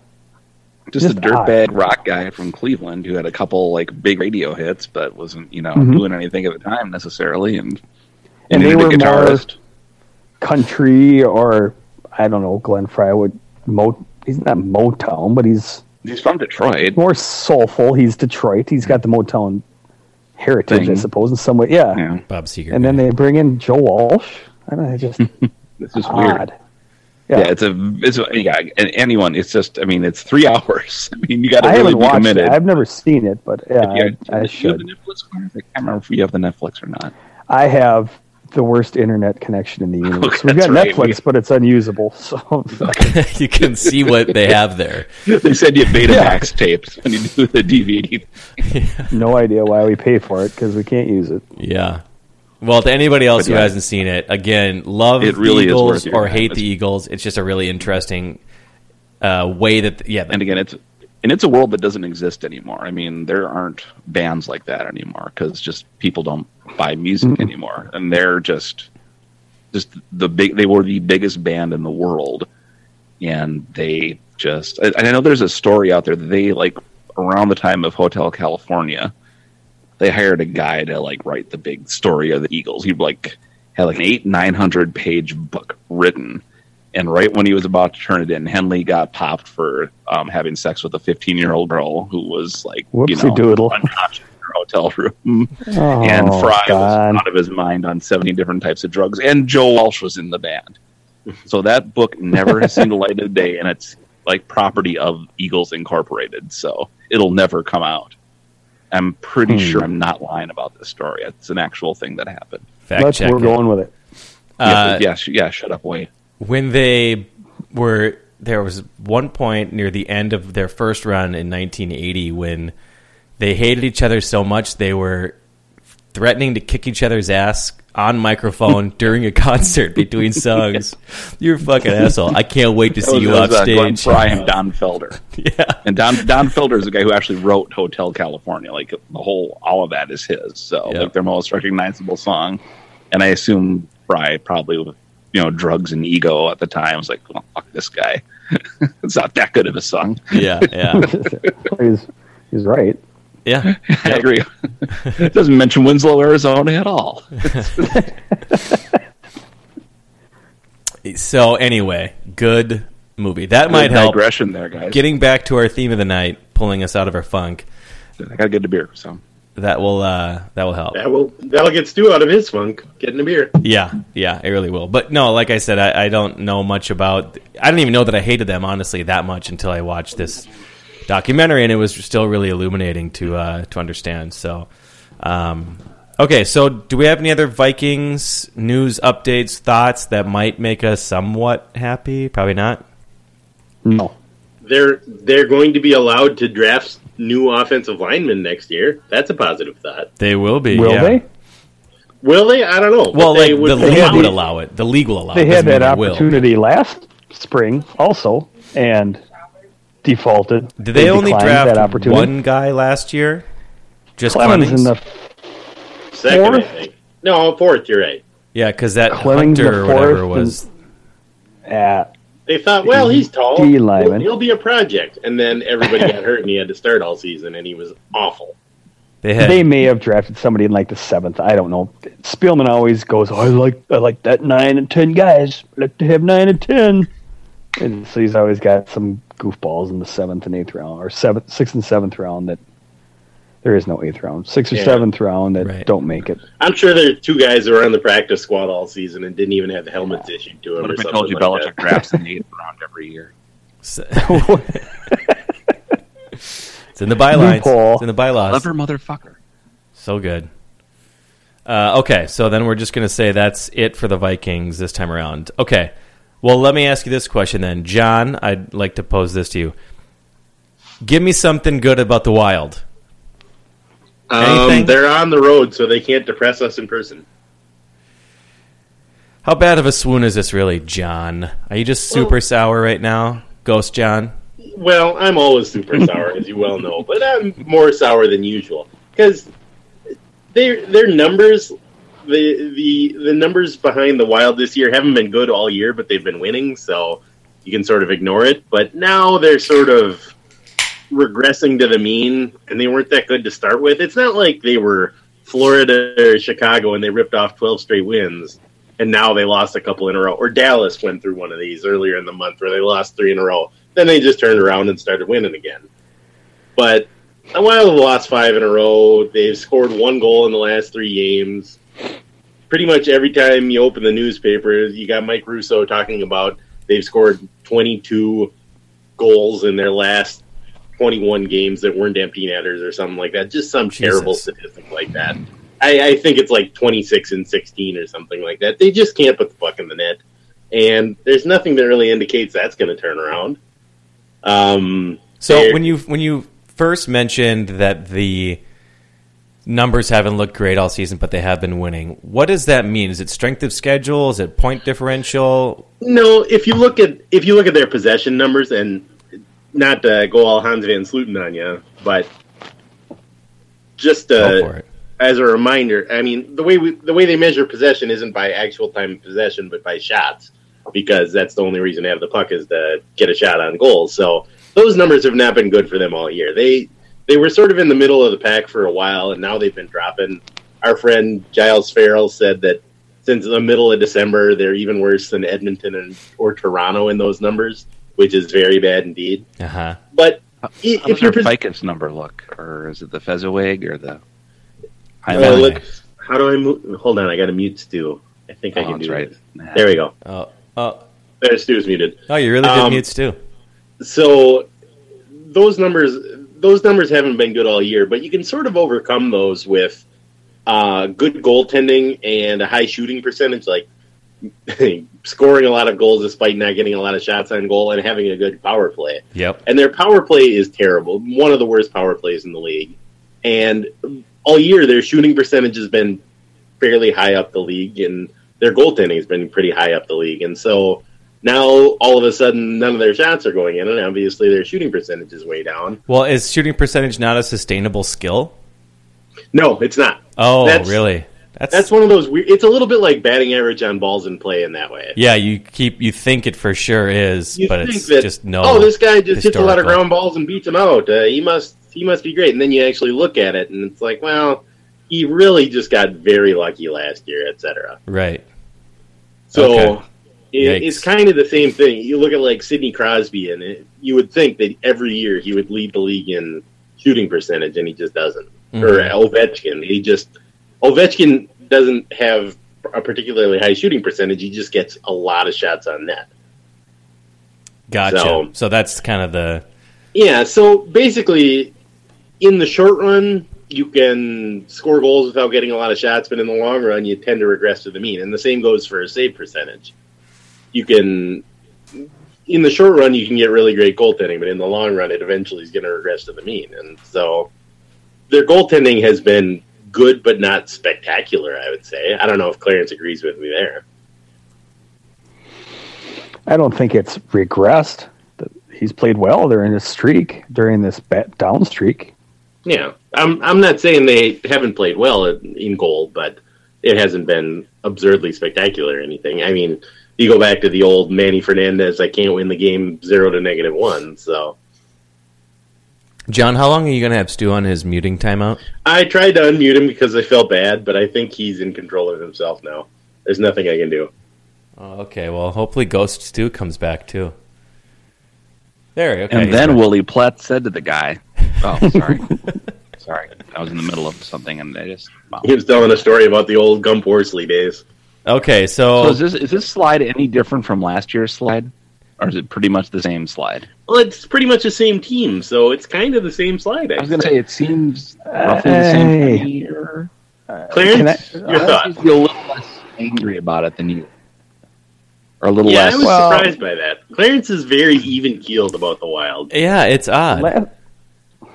S2: Just,
S3: Just
S2: a
S3: odd.
S2: dirtbag rock guy from Cleveland who had a couple like big radio hits, but wasn't you know doing anything at the time necessarily. And
S3: Mm-hmm. And they
S2: he was a
S3: were more-
S2: guitarist.
S3: country or i don't know glenn fry would mo he's not motown but he's
S2: He's from Detroit.
S3: more soulful. He's Detroit. He's got the Motown heritage, I
S2: Thing.
S3: suppose, in some way. Yeah.
S2: Yeah,
S1: Bob Seger.
S3: And then they bring in Joe Walsh. I don't know. it's Just
S2: this is weird.
S3: odd.
S2: Yeah.
S3: Yeah.
S2: it's a it's a, yeah. And anyone, it's just I mean, it's three hours. I mean, you got to
S3: I
S2: really
S3: haven't
S2: be
S3: watched
S2: committed.
S3: it. I've never seen it, but yeah,
S2: If you- do you
S3: I, I
S2: have
S3: should.
S2: the Netflix card? I can't remember if you have the Netflix or not.
S3: I have the worst internet connection in the universe. We've
S2: that's
S3: got
S2: right.
S3: Netflix,
S2: We-
S3: but it's unusable. So
S1: you can see what they have there.
S2: They said you had Betamax tapes when you do the DVD.
S3: no idea why we pay for it because we can't use it.
S1: Yeah. Well, to anybody else
S2: But
S1: who
S2: yeah.
S1: hasn't seen it, again, love
S2: It really
S1: the
S2: is worth
S1: Eagles
S2: your
S1: or
S2: time.
S1: hate the
S2: It's-
S1: Eagles. It's just a really interesting uh, way that yeah.
S2: And again, it's and it's a world that doesn't exist anymore. I mean, there aren't bands like that anymore because just people don't buy music anymore, and they're just just the big. They were the biggest band in the world, and they just. And I know there's a story out there that they like around the time of Hotel California. they hired a guy to like write the big story of the Eagles. He like had like an eight nine hundred page book written, and right when he was about to turn it in, Henley got popped for um, having sex with a fifteen year old girl who was like you know
S3: Whoopsie doodle. Oh,
S2: unconscious her hotel room. and Fry was out of his mind on 70 different types of drugs. And Joe Walsh was in the band. So that book never has seen the light of the day, and it's like property of Eagles Incorporated. So it'll never come out. I'm pretty sure I'm not lying about this story. It's an actual thing that happened.
S1: Fact
S5: That's
S1: check
S5: where we're
S1: it.
S5: going with it.
S1: Uh,
S2: yeah, sh- yeah, shut up, Wayne.
S1: when they were there was one point near the end of their first run in 1980 when they hated each other so much they were threatening to kick each other's ass on microphone during a concert between songs. You're a fucking asshole. I can't wait to see you
S2: That was, uh, Glenn
S1: upstage.
S2: Fry and Don Felder. yeah, and Don Don Felder is the guy who actually wrote Hotel California. Like the whole, all of that is his. So
S1: Yeah.
S2: like their most recognizable song, and I assume Fry probably with you know drugs and ego at the time was like, well, fuck this guy. it's not that good of a song.
S1: yeah, yeah,
S5: He's, he's right.
S1: yeah.
S2: I agree. it doesn't mention Winslow, Arizona at all.
S1: So anyway, good movie. That might
S2: Good
S1: help.
S2: digression there, guys.
S1: Getting back to our theme of the night, pulling us out of our funk.
S2: I gotta get a beer. So
S1: That will uh, that will help.
S4: That will that'll get Stu out of his funk. Getting a beer.
S1: Yeah, yeah, it really will. But no, like I said, I, I don't know much about. I didn't even know that I hated them honestly that much until I watched this documentary, and it was still really illuminating to uh, to understand. So, um, okay, so do we have any other Vikings news updates, thoughts that might make us somewhat happy? Probably not.
S5: No.
S4: They're they're going to be allowed to draft new offensive linemen next year. That's a positive thought.
S1: They will be.
S5: Will
S1: yeah.
S5: they?
S4: Will they? I don't know.
S1: Well, like
S4: But they
S1: the
S4: would-
S1: league
S5: had
S1: would
S5: the-
S1: allow it. The league will allow.
S5: They
S1: it.
S5: had
S1: Doesn't mean
S5: that
S1: will.
S5: opportunity last spring also and defaulted.
S1: Did they, only
S5: declined
S1: draft
S5: that opportunity?
S1: one guy last year? Just
S5: Clemens
S1: Clemens?
S5: in the
S4: second, I
S5: fourth?
S4: think. No, fourth. You're right.
S1: Yeah, because that
S5: Clemmings
S1: Hunter or
S5: the fourth
S1: whatever
S5: and-
S1: was.
S5: at
S4: They thought, well, he's tall.
S5: D lineman.
S4: He'll, he'll be a project. And then everybody got hurt, and he had to start all season, and he was awful.
S1: They had.
S5: They may have drafted somebody in like the seventh. I don't know. Spielman always goes, "Oh, I like I like that nine and ten guys. I like to have nine and ten. And so he's always got some goofballs in the seventh and eighth round, or seventh, sixth and seventh round that there is no eighth round, sixth or
S4: Yeah.
S5: seventh round that
S1: Right.
S5: don't make it.
S4: I'm sure there are two guys that were on the practice squad all season and didn't even have helmets issued to them
S2: what
S4: or
S2: if I
S4: something
S2: told you
S4: like
S2: Belichick
S4: that.
S2: drafts in the eighth round every year?
S1: it's in the bylines.
S5: Loophole.
S1: It's in the bylaws.
S2: Clever motherfucker.
S1: So good. Uh, okay, so then we're just going to say that's it for the Vikings this time around. Okay. Well, let me ask you this question then. John, I'd like to pose this to you. Give me something good about the Wild. Anything?
S4: Um, they're on the road, so they can't depress us in person.
S1: How bad of a swoon is this really, John? Are you just super sour right now? Ghost John?
S4: Well, I'm always super sour, as you well know, but I'm more sour than usual because their their numbers, the the the numbers behind the Wild this year haven't been good all year, but they've been winning, so you can sort of ignore it. But now they're sort of regressing to the mean, and they weren't that good to start with. It's not like they were Florida or Chicago and they ripped off twelve straight wins. And now they lost a couple in a row. Or Dallas went through one of these earlier in the month where they lost three in a row then they just turned around and started winning again. But the Wild have lost five in a row. They've scored one goal in the last three games. Pretty much every time you open the newspaper, you got Mike Russo talking about they've scored 22 goals in their last 21 games that weren't empty netters or something like that. Just some terrible
S1: Jesus.
S4: statistic like that. I, I think it's like 26 and 16 or something like that. They just can't put the puck in the net. And there's nothing that really indicates that's going to turn around. Um,
S1: So
S4: they're-
S1: when you when you first mentioned that the numbers haven't looked great all season, but they have been winning, what does that mean? Is it strength of schedule? Is it point differential?
S4: No, if you look at if you look at their possession numbers, and not to go all Hans van Slooten on you, but just
S1: Go for
S4: uh,
S1: it.
S4: as a reminder, I mean the way we, the way they measure possession isn't by actual time of possession, but by shots, because that's the only reason to have the puck is to get a shot on goal. So those numbers have not been good for them all year. They they were sort of in the middle of the pack for a while, and now they've been dropping. Our friend Giles Farrell said that since the middle of December, they're even worse than Edmonton and or Toronto in those numbers, which is very bad indeed.
S1: Uh huh.
S4: But i-
S2: How does
S4: if you're
S2: your
S4: pos-
S2: Ficus number look, or is it the Fezziwig or the I
S4: Oh,
S2: know.
S4: look, how do I move? Hold on, I got to mute Stu. I think I
S2: Oh,
S4: can
S2: that's
S4: do
S2: right.
S4: it. There we go.
S1: Oh, oh,
S4: There, Stu's muted.
S1: oh, you really did
S4: Um,
S1: mute Stu.
S4: So those numbers, those numbers haven't been good all year, but you can sort of overcome those with uh, good goaltending and a high shooting percentage, like scoring a lot of goals despite not getting a lot of shots on goal and having a good power play.
S1: Yep.
S4: and their power play is terrible. One of the worst power plays in the league. And all year, their shooting percentage has been fairly high up the league, and their goaltending has been pretty high up the league. And so now, all of a sudden, none of their shots are going in, and obviously, their shooting percentage is way down.
S1: Well, is shooting percentage not a sustainable skill?
S4: No, it's not.
S1: Oh,
S4: That's-
S1: really? That's,
S4: That's one of those weird. It's a little bit like batting average on balls in play in that way.
S1: yeah. You keep you think it for sure is,
S4: you
S1: but
S4: think
S1: it's
S4: that
S1: just no.
S4: oh this guy just hits a
S1: historical.
S4: lot of ground balls and beats them out uh, he must he must be great and then you actually look at it and it's like well he really just got very lucky last year etc
S1: Right.
S4: so
S1: Okay.
S4: it,
S1: Yikes.
S4: it's kind of the same thing you look at like sidney crosby and it, you would think that every year he would lead the league in shooting percentage and he just doesn't
S1: Mm-hmm.
S4: or ovechkin he just ovechkin doesn't have a particularly high shooting percentage he just gets a lot of shots on net
S1: Gotcha. So,
S4: So-
S1: that's kind of the
S4: Yeah, so basically, in the short run, you can score goals without getting a lot of shots, but in the long run, you tend to regress to the mean. And the same goes for a save percentage. You can, in the short run, you can get really great goaltending, but in the long run, it eventually is going to regress to the mean. And so their goaltending has been good, but not spectacular, I would say. I don't know if Clarence agrees with me there.
S3: I don't think it's regressed. The- He's played well during this streak, during this bat down streak.
S4: Yeah, I'm. I'm not saying they haven't played well in goal, but it hasn't been absurdly spectacular or anything. I mean, you go back to the old Manny Fernandez. I can't win the game zero to negative one. So
S1: John. How long are you going to have Stu on his muting timeout?
S4: I tried to unmute him because I felt bad, but I think he's in control of himself now. There's nothing I can do.
S1: Oh, okay. Well, hopefully Ghost Stu comes back too. There. Okay.
S2: And then Willie Platt said to the guy, "Oh, sorry, sorry, I was in the middle of something, and I just." Wow.
S4: He was telling a story about the old Gump Worsley days.
S1: Okay.
S2: So
S1: So,
S2: is this is this slide any different from last year's slide, or is it pretty much the same slide?
S4: Well, it's pretty much the same team, so it's kind of the same slide.
S2: I was going to say it seems roughly the same.
S3: Hey.
S2: Thing here.
S4: Clarence,
S2: Oh,
S3: Can
S4: your
S2: I uh,
S4: thoughts?
S2: seem to be a little less angry about it than you, or a little
S4: Yeah,
S2: less.
S4: I was
S3: Well-
S4: surprised by that. Clarence is very even keeled about the Wild.
S1: yeah, it's odd.
S3: La-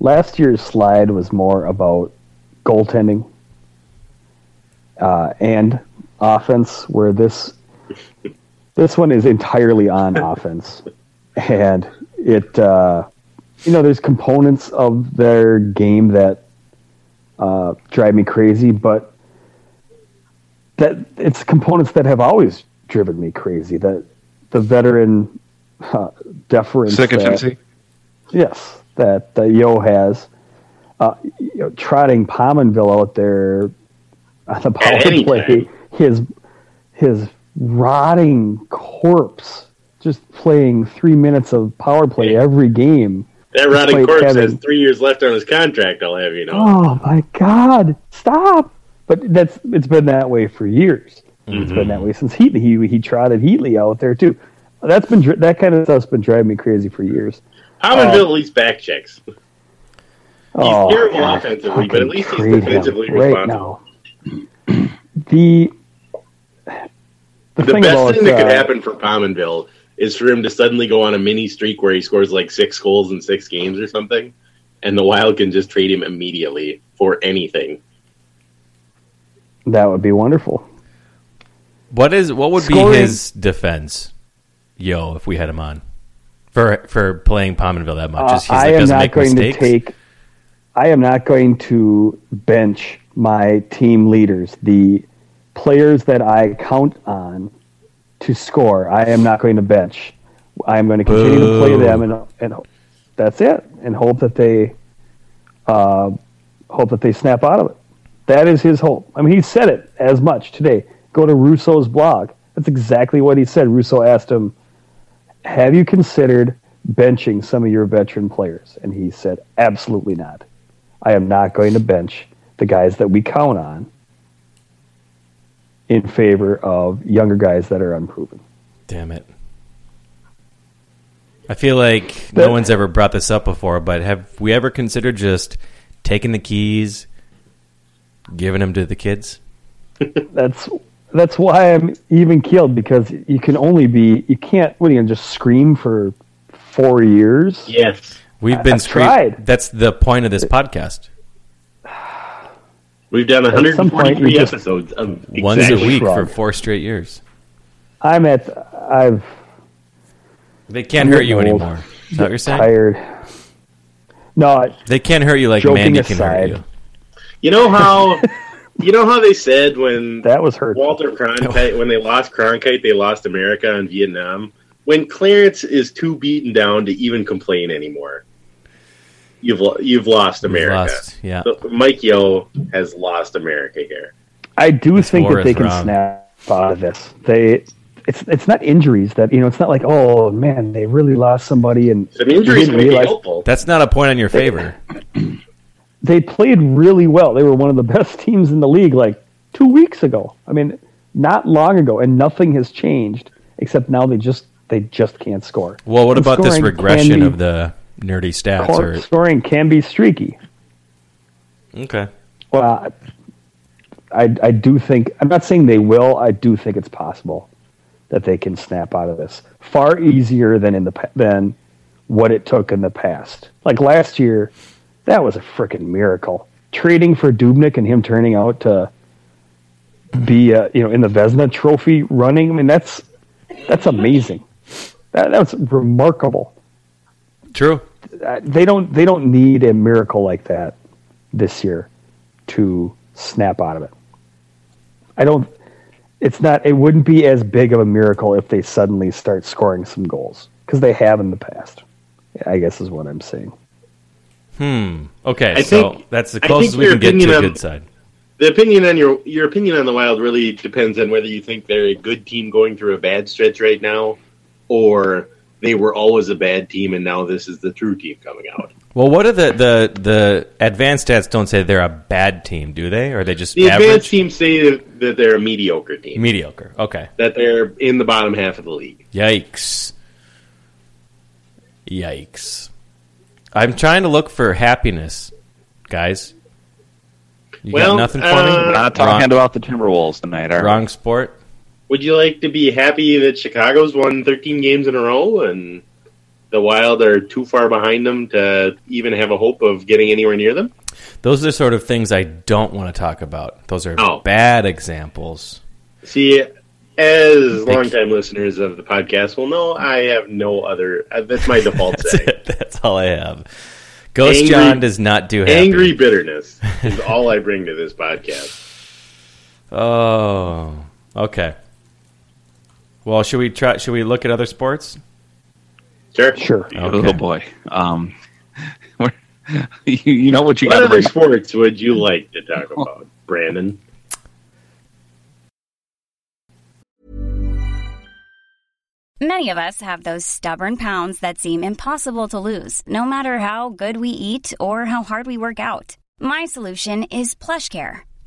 S3: Last year's slide was more about goaltending uh, and offense, where this this one is entirely on offense, and it uh, you know there's components of their game that uh, drive me crazy, but that it's components that have always driven me crazy. That the veteran uh, deference that- Yes, that uh, Yo has. Uh, you know, trotting Pominville out there on the power
S4: any
S3: play,
S4: time.
S3: his his rotting corpse just playing three minutes of power play every game.
S4: That rotting
S3: Wait,
S4: corpse
S3: Kevin.
S4: has three years left on his contract. I'll have you know.
S3: Oh my God! Stop! But that's it's been that way for years. It's been
S4: Mm-hmm.
S3: that way since Heatley. He he trotted Heatley out there too. That's been dri- that kind of stuff's been driving me crazy for years.
S4: Pominville at least back checks. He's
S3: Oh,
S4: terrible
S3: God,
S4: offensively, but at least he's
S3: trade him
S4: defensively
S3: right
S4: responsible.
S3: now. The the,
S4: the
S3: thing
S4: best
S3: about,
S4: thing that could
S3: uh,
S4: happen for Pominville is for him to suddenly go on a mini streak where he scores like six goals in six games or something, and the Wild can just trade him immediately for anything.
S3: that would be wonderful.
S1: What is what would
S3: Scoring-
S1: be his defense? Yo, if we had him on for for playing Pominville that much,
S3: Uh,
S1: is he's
S3: I
S1: like
S3: am
S1: doesn't
S3: not
S1: make
S3: going
S1: mistakes.
S3: to take. I am not going to bench my team leaders, the players that I count on to score. I am not going to bench. I am going to continue to play
S1: Boo.
S3: them, and and that's it. And hope that they, uh, hope that they snap out of it. That is his hope. I mean, he said it as much today. Go to Russo's blog. That's exactly what he said. Russo asked him, "Have you considered benching some of your veteran players?" And he said, "Absolutely not. I am not going to bench the guys that we count on in favor of younger guys that are unproven.
S1: Damn it. I feel like no
S3: But-
S1: one's ever brought this up before, but have we ever considered just taking the keys, giving them to the kids?
S3: That's that's why I'm even killed because you can only be you can't what are you gonna just scream for four years?
S4: Yes.
S1: We've been
S3: I've
S1: scree-
S3: tried.
S1: That's the point of this podcast.
S4: We've done
S3: some point, you
S4: 143
S3: just-
S4: episodes of
S1: Once a
S4: exactly-
S1: week for
S3: wrong.
S1: four straight years.
S3: I'm at I've
S1: They can't
S3: I'm
S1: hurt you
S3: getting old.
S1: anymore. Is that what you're saying?
S3: tired. No, I-
S1: They can't hurt you like
S3: Joking
S1: Mandy can hurt
S3: aside.
S1: you.
S4: You know how you know how they said when
S3: that was hurtful.
S4: Walter Cronkite when they lost Cronkite, they lost America and Vietnam. When Clarence is too beaten down to even complain anymore, you've lo- you've lost America.
S1: lost, yeah.
S4: So Mike Yo has lost America here.
S3: I do
S1: This
S3: think
S1: war
S3: that they
S1: is
S3: can
S1: wrong.
S3: snap out of this. They it's it's not injuries that you know it's not like oh man they really lost somebody and
S4: Some injuries
S3: they
S4: may
S3: didn't
S4: be
S3: realize-
S4: helpful.
S1: That's not a point on your favor.
S3: they played really well. They were one of the best teams in the league like two weeks ago. I mean, not long ago, and nothing has changed except now they just they just can't score.
S1: Well, what
S3: And
S1: about this
S3: scoring
S1: regression
S3: can be-
S1: of the nerdy stats?
S3: cor-
S1: Or,
S3: scoring can be streaky?
S1: okay.
S3: Well, Uh, I I do think I'm not saying they will. I do think it's possible that they can snap out of this far easier than in the pa- than what it took in the past. Like last year, that was a freaking miracle. Trading for Dubnik and him turning out to be uh, you know in the Vesna Trophy running. I mean that's that's amazing. That, that's remarkable.
S1: True.
S3: Uh, They don't they don't need a miracle like that this year to snap out of it. I don't. It's not. It wouldn't be as big of a miracle if they suddenly start scoring some goals because they have in the past. I guess is what I'm saying.
S1: Hmm. Okay,
S4: I
S1: so
S4: think-
S1: that's the
S4: I think
S1: closest we
S4: your
S1: can get
S4: opinion
S1: to a
S4: of-
S1: good side.
S4: The opinion on your your opinion on the Wild really depends on whether you think they're a good team going through a bad stretch right now, or they were always a bad team and now this is the true team coming out.
S1: Well, what are the, the the advanced stats? Don't say they're a bad team, do they? Or are they just
S4: The advanced
S1: average,
S4: teams say that they're a mediocre team,
S1: mediocre? Okay,
S4: that they're in the bottom half of the league.
S1: yikes, yikes. I'm trying to look for happiness, guys. You
S4: Well,
S1: got nothing for
S4: uh,
S1: me.
S2: We're not talking
S1: wrong,
S2: about the Timberwolves tonight, are we?
S1: wrong sport.
S4: Would you like to be happy that Chicago's won 13 games in a row and the Wild are too far behind them to even have a hope of getting anywhere near them?
S1: Those are the sort of things I don't want to talk about. Those are
S4: Oh.
S1: bad examples.
S4: See, as longtime listeners of the podcast will know, I have no other. uh, That's my default
S1: That's
S4: saying.
S1: it. That's all I have. Ghost
S4: Angry-
S1: John does not do happy.
S4: Angry bitterness is all I bring to this podcast.
S1: Oh, okay. Well, should we try? Should we look at other sports?
S4: Sure.
S3: Sure.
S1: Okay.
S2: Oh boy. Um, we're- you, you know what you
S4: What
S2: got to
S4: other
S2: bring.
S4: sports would you like to talk about, Brandon?
S6: Many of us have those stubborn pounds that seem impossible to lose, no matter how good we eat or how hard we work out. My solution is PlushCare.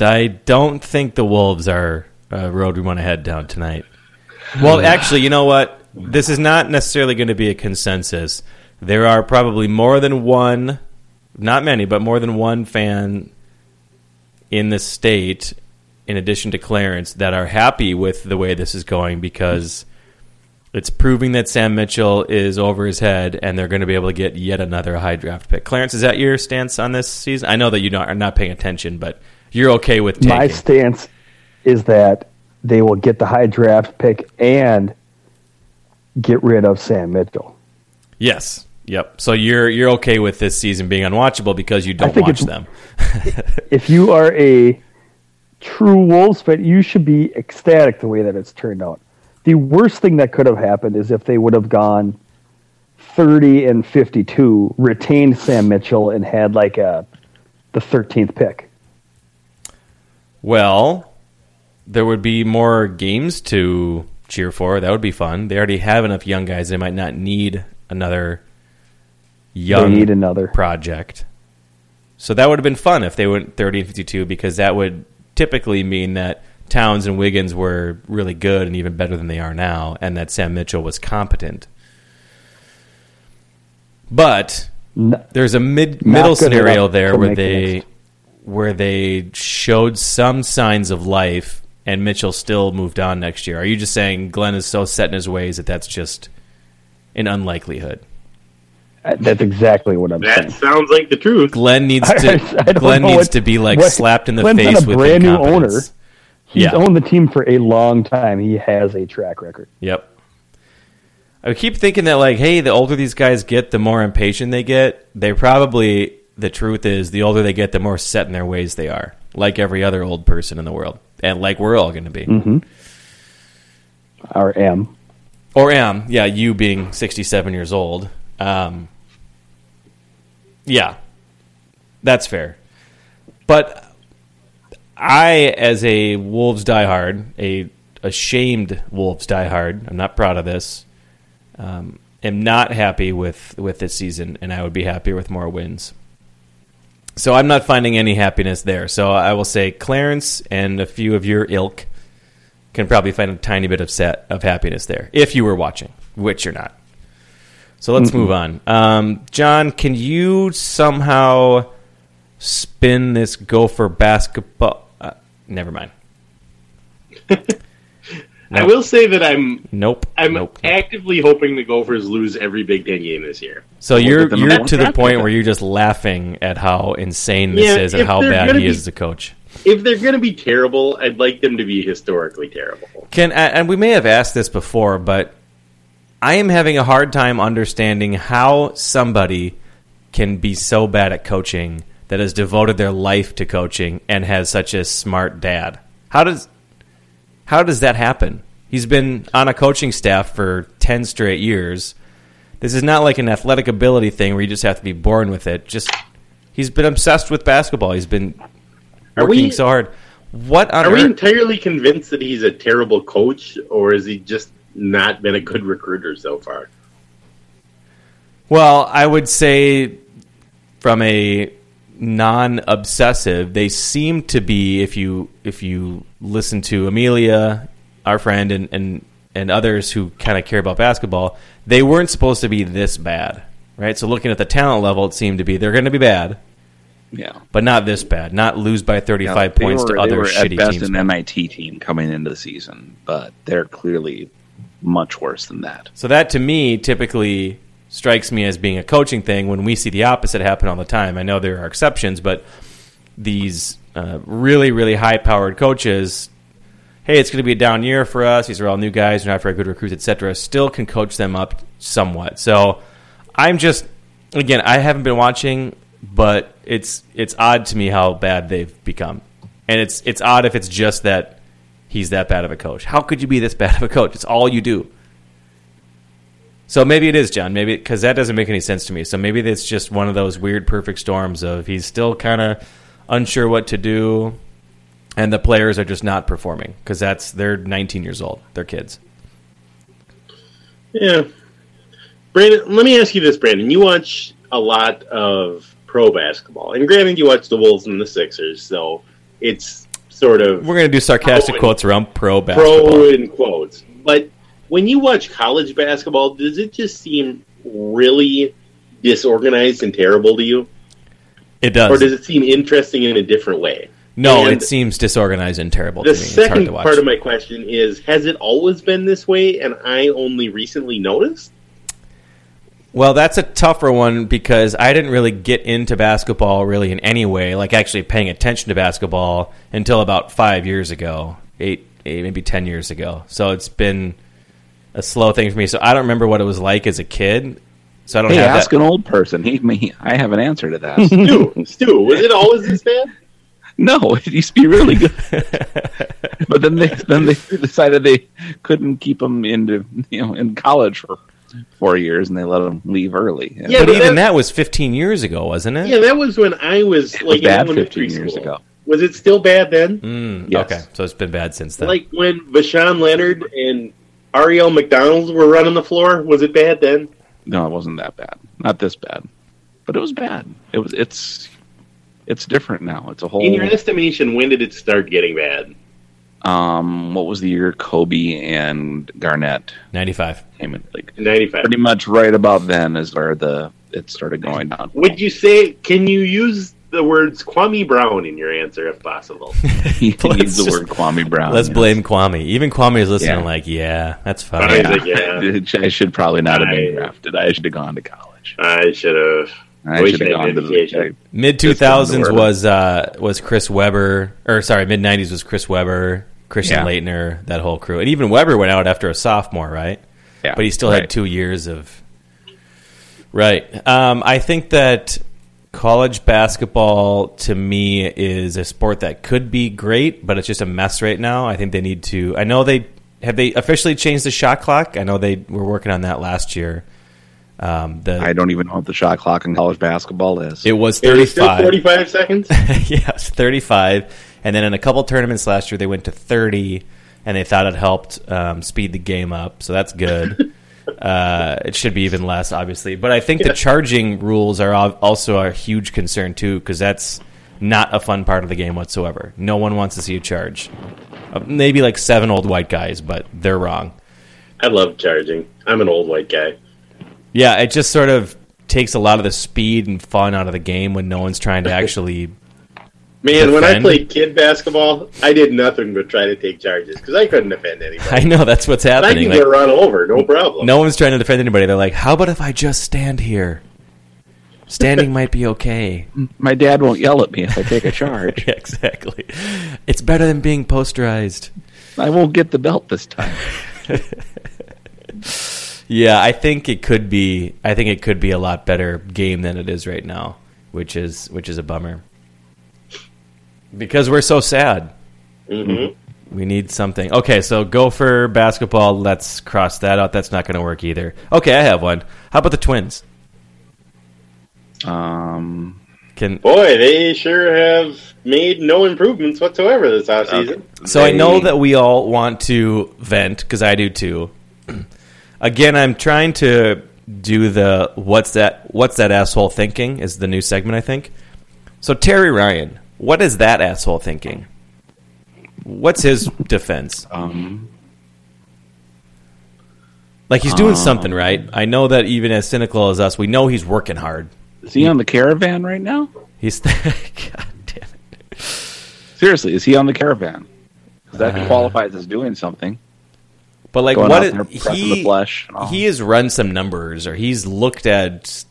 S1: I don't think the Wolves are a road we want to head down tonight. Well, actually, you know what? This is not necessarily going to be a consensus. There are probably more than one, not many, but more than one fan in the state in addition to Clarence, that are happy with the way this is going because it's proving that Sam Mitchell is over his head, and they're going to be able to get yet another high draft pick. Clarence, is that your stance on this season? I know that you don't, are not paying attention, but you're okay with tanking.
S5: My stance is that they will get the high draft pick and get rid of Sam Mitchell.
S1: yes, yep. So you're you're okay with this season being unwatchable because you don't
S5: think
S1: watch
S5: it's-
S1: them.
S5: If you are a true Wolves fan, you should be ecstatic the way that it's turned out. The worst thing that could have happened is if they would have gone 30 and 52, retained Sam Mitchell, and had like a the 13th pick.
S1: Well, there would be more games to cheer for. That would be fun. They already have enough young guys. They might not need another young
S5: need another.
S1: project. So that would have been fun if they went 30 and 52 because that would typically mean that Towns and Wiggins were really good and even better than they are now and that Sam Mitchell was competent. But
S5: N-
S1: there's a mid middle
S5: good
S1: scenario
S5: enough
S1: there
S5: to
S1: where
S5: make the
S1: they
S5: next.
S1: where they showed some signs of life and Mitchell still moved on next year. Are you just saying Glenn is so set in his ways that that's just an unlikelihood?
S5: Uh, That's exactly what I'm
S4: That
S5: saying.
S4: sounds like the truth.
S1: Glenn needs
S5: I-
S1: to
S5: I don't
S1: Glenn
S5: know
S1: needs
S5: what-
S1: to be like
S5: what-
S1: slapped in the
S5: Glenn's
S1: face
S5: been a
S1: with
S5: brand new
S1: incompetence.
S5: owner. He's
S1: Yeah.
S5: owned the team for a long time. He has a track record.
S1: Yep. I keep thinking that like, hey, the older these guys get, the more impatient they get. They probably the truth is the older they get, the more set in their ways they are. Like every other old person in the world. And like we're all gonna be.
S5: Or M.
S1: Or am, yeah, you being sixty seven years old. Um Yeah. That's fair. But I, as a Wolves diehard, a ashamed Wolves diehard, I'm not proud of this. Um, am not happy with with this season, and I would be happier with more wins. So I'm not finding any happiness there. So I will say Clarence and a few of your ilk can probably find a tiny bit of set of happiness there if you were watching, which you're not. So let's move on. Um, John, can you somehow spin this gopher basketball? Uh, never mind.
S4: I will say that I'm
S1: Nope.
S4: I'm
S1: nope. nope.
S4: actively hoping the Gophers lose every Big Ten game this year.
S1: So you're
S2: get the number
S1: you're
S2: one
S1: to the
S2: draft
S1: point
S2: pick.
S1: where you're just laughing at how insane this
S4: Yeah,
S1: is and
S4: if
S1: how
S4: they're
S1: bad
S4: gonna
S1: he
S4: be-
S1: is as a coach.
S4: If they're going to be terrible, I'd like them to be historically terrible.
S1: Can and we may have asked this before, but I am having a hard time understanding how somebody can be so bad at coaching that has devoted their life to coaching and has such a smart dad. How does how does that happen? He's been on a coaching staff for 10 straight years. This is not like an athletic ability thing where you just have to be born with it. Just he's been obsessed with basketball. He's been
S4: Are
S1: working
S4: we-
S1: so hard. What on
S4: Are we
S1: earth?
S4: entirely convinced that he's a terrible coach, or has he just not been a good recruiter so far?
S1: Well, I would say from a non-obsessive, they seem to be if you if you listen to Amelia, our friend and and and others who kind of care about basketball, they weren't supposed to be this bad, right? So looking at the talent level, it seemed to be they're going to be bad,
S2: Yeah.
S1: but not this bad. Not lose by 35
S2: They
S1: points
S2: were-
S1: to
S2: they
S1: other
S2: were
S1: shitty
S2: at best
S1: teams.
S2: an MIT team coming into the season, but they're clearly much worse than that.
S1: So that to me typically strikes me as being a coaching thing when we see the opposite happen all the time. I know there are exceptions, but these uh, really, really high powered coaches, hey, it's going to be a down year for us. These are all new guys, we're not very good recruits, etc. Still can coach them up somewhat. So I'm just again, I haven't been watching, but it's it's odd to me how bad they've become, and it's it's odd if it's just that he's that bad of a coach. How could you be this bad of a coach? It's all you do. So maybe it is John. Maybe because that doesn't make any sense to me. So maybe it's just one of those weird perfect storms of he's still kind of unsure what to do, and the players are just not performing because that's they're 19 years old. They're kids.
S4: Yeah, Brandon. Let me ask you this, Brandon. You watch a lot of pro basketball, and granted, you watch the Wolves and the Sixers, so it's sort of
S1: We're gonna do sarcastic
S4: Oh, and-
S1: quotes around pro basketball.
S4: pro in quotes. But when you watch college basketball, does it just seem really disorganized and terrible to you,
S1: it does.
S4: or does it seem interesting in a different way?
S1: No,
S4: And
S1: it seems disorganized and terrible
S4: The
S1: to me. It's hard
S4: second
S1: to watch.
S4: part of my question is: Has it always been this way, and I only recently noticed?
S1: Well, that's a tougher one because I didn't really get into basketball really in any way, like actually paying attention to basketball until about five years ago, eight, eight maybe ten years ago. So it's been a slow thing for me. So I don't remember what it was like as a kid. So I don't
S2: Hey,
S1: have
S2: ask
S1: that.
S2: an old person. He, he, I have an answer to that.
S4: Stu, Stu, was it always this bad?
S2: no, it used to be really good, but then they then they decided they couldn't keep him into you know in college for four years, and they let him leave early.
S4: Yeah,
S1: but
S4: but
S1: even
S4: that-
S1: that was 15 years ago, wasn't it?
S4: Yeah, that was when I was
S2: was
S4: like in
S2: bad
S4: elementary
S2: 15 years
S4: school.
S2: ago.
S4: Was it still bad then?
S1: Mm,
S2: Yes.
S1: Okay, so it's been bad since then.
S4: Like when Vashawn Leonard and Ariel McDonald were running the floor, was it bad then?
S2: no, it wasn't that bad. Not this bad, but it was bad. It was it's it's different now. It's a whole.
S4: In your estimation, when did it start getting bad?
S2: um, what was the year Kobe and Garnett
S1: 95.
S2: came in? Like
S4: In '95.
S2: pretty much right about then is where the it started going down.
S4: Would you say? Can you use the words Kwame Brown in your answer if possible?
S2: he needs the
S1: just-
S2: word Kwame Brown.
S1: Let's
S2: yes.
S1: blame Kwame. Even Kwame is listening,
S2: oh, Yeah.
S1: like, yeah, that's fine.
S4: Fine.
S2: Yeah.
S4: Yeah.
S2: I should probably not have been
S4: I-
S2: drafted. I should have gone to college.
S4: I should have.
S2: I
S4: We
S2: should have
S4: should have
S2: gone to the
S4: education.
S1: Mid two
S2: Just gotten the
S1: thousands
S2: word
S1: was uh, was Chris Webber, or sorry, mid nineties was Chris Webber, Christian
S2: Yeah.
S1: Leitner, that whole crew, and even Webber went out after a sophomore, right?
S2: Yeah,
S1: but he still
S2: right.
S1: had two years of. Right, um, I think that college basketball to me is a sport that could be great, but it's just a mess right now. I think they need to. I know they have they officially changed the shot clock. I know they were working on that last year. Um, the
S2: I don't even know what the shot clock in college basketball is.
S1: it was
S4: It
S1: thirty
S4: was still
S1: five.
S4: Forty-five seconds.
S1: yes, 35. And then in a couple tournaments last year, they went to 30, and they thought it helped um, speed the game up. So that's good. uh, it should be even less, obviously. But I think the charging rules are al- also a huge concern, too, because that's not a fun part of the game whatsoever. No one wants to see a charge. Uh, Maybe like seven old white guys, but they're wrong.
S4: I love charging. I'm an old white guy.
S1: Yeah, it just sort of takes a lot of the speed and fun out of the game when no one's trying to actually.
S4: Man, when I
S1: Defend?
S4: played kid basketball, I did nothing but try to take charges because I couldn't defend anybody.
S1: I know that's what's
S4: I
S1: happening.
S4: can
S1: Like-
S4: get run over, no problem.
S1: No one's trying to defend anybody. They're like, how about if I just stand here? Standing might be okay.
S2: My dad won't yell at me if I take a charge.
S1: Yeah, exactly. It's better than being posterized.
S2: I won't get the belt this time.
S1: Yeah, I think it could be. I think it could be a lot better game than it is right now, which is which is a bummer. Because we're so sad.
S4: Mhm.
S1: We need something. Okay, so Gopher basketball. Let's cross that out. That's not going to work either. Okay, I have one. How about the Twins?
S2: Um,
S1: Can
S4: Boy, they sure have made no improvements whatsoever this offseason.
S1: So I know that we all want to vent because I do too. Again, I'm trying to do the what's that what's that asshole thinking is the new segment I think. So Terry Ryan, what is that asshole thinking? What's his defense?
S2: um,
S1: Like he's doing something right. I know that even as cynical as us, we know he's working hard.
S2: is he on the caravan right now?
S1: He's God damn it.
S2: Seriously, is he on the caravan? 'Cause that qualifies as doing something.
S1: But like
S2: Going
S1: what
S2: out
S1: it-
S2: there, pressing
S1: he
S2: the flesh and all.
S1: he has run some numbers or he's looked at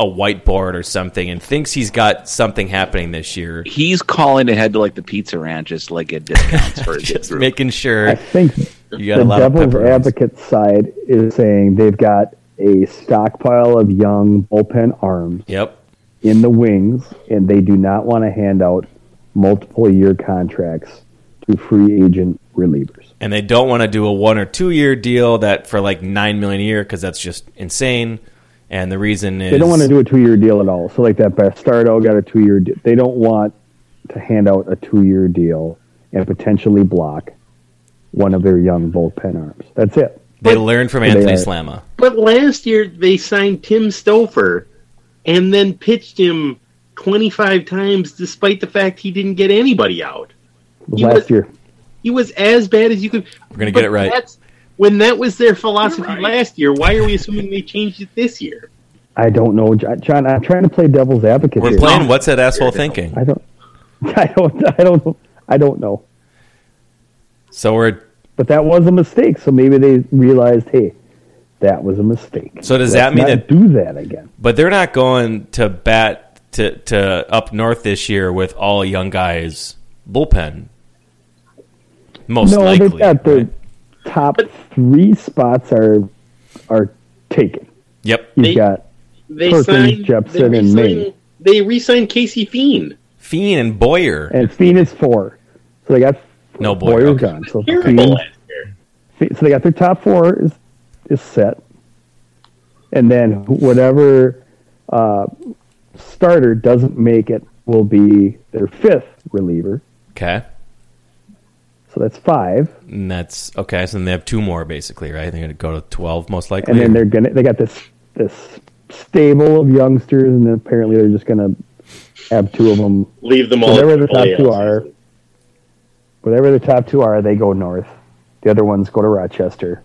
S1: a whiteboard or something and thinks he's got something happening this year.
S2: He's calling ahead to like the pizza ranches, like at discounts for his
S1: Just
S2: group.
S1: making
S5: I
S1: sure
S5: think
S1: you got
S5: the
S1: a lot of
S5: devil's
S1: pepperonis.
S5: advocate side is saying they've got a stockpile of young bullpen arms
S1: Yep.
S5: in the wings, and they do not want to hand out multiple year contracts to free agent relievers.
S1: And they don't want to do a one or two year deal that for like nine million a year because that's just insane. And the reason is
S5: They don't want to do a two year deal at all. So, like that Bastardo got a two year deal. They don't want to hand out a two year deal and potentially block one of their young bullpen arms. That's it.
S1: they learn from Anthony
S5: are.
S1: Slama.
S4: But last year they signed Tim Stouffer and then pitched him 25 times despite the fact he didn't get anybody out. He
S5: Last
S4: was-
S5: year,
S4: He was as bad as you could. We're
S1: gonna get it right.
S4: when that was their philosophy last year, why are we assuming they changed it this year?
S5: I don't know, Jo- John. I'm trying to play devil's advocate
S1: We're
S5: here.
S1: playing what's that asshole thinking?
S5: I don't.
S3: I don't. I don't. know. I don't know.
S1: So we're
S3: But that was a mistake. So maybe they realized, hey, that was a mistake.
S1: So does that
S3: Let's
S1: mean that-
S3: not do that again?
S1: but they're not going to bat to to up north this year with all young guys bullpen. Most
S3: no,
S1: likely,
S3: they've got the
S1: right?
S3: top three spots are are taken.
S1: yep.
S3: You've
S4: They-
S3: got
S4: They
S3: Perkins,
S4: signed
S3: Jepson,
S4: they
S3: and
S4: re-signed-
S3: Ming.
S4: They re-signed Casey Fiend.
S1: Fien and Boyer.
S3: and Fiend is four. So they got
S1: No, Boyer,
S3: Boyer's
S1: okay.
S3: gone. So
S4: Terrible
S3: Fiend-
S4: last year.
S3: Fe- so they got their top four is is set, and then whatever uh, starter doesn't make it will be their fifth reliever.
S1: Okay,
S3: So that's five,
S1: and that's okay. So then they have two more basically, right? They're going to go to twelve most likely.
S3: and then they're gonna they got this this stable of youngsters, and then apparently they're just gonna have two of them.
S4: Leave them all.
S3: Whatever
S4: at
S3: the top
S4: AL
S3: two are,
S4: season.
S3: whatever the top two are, they go north. The other ones go to Rochester,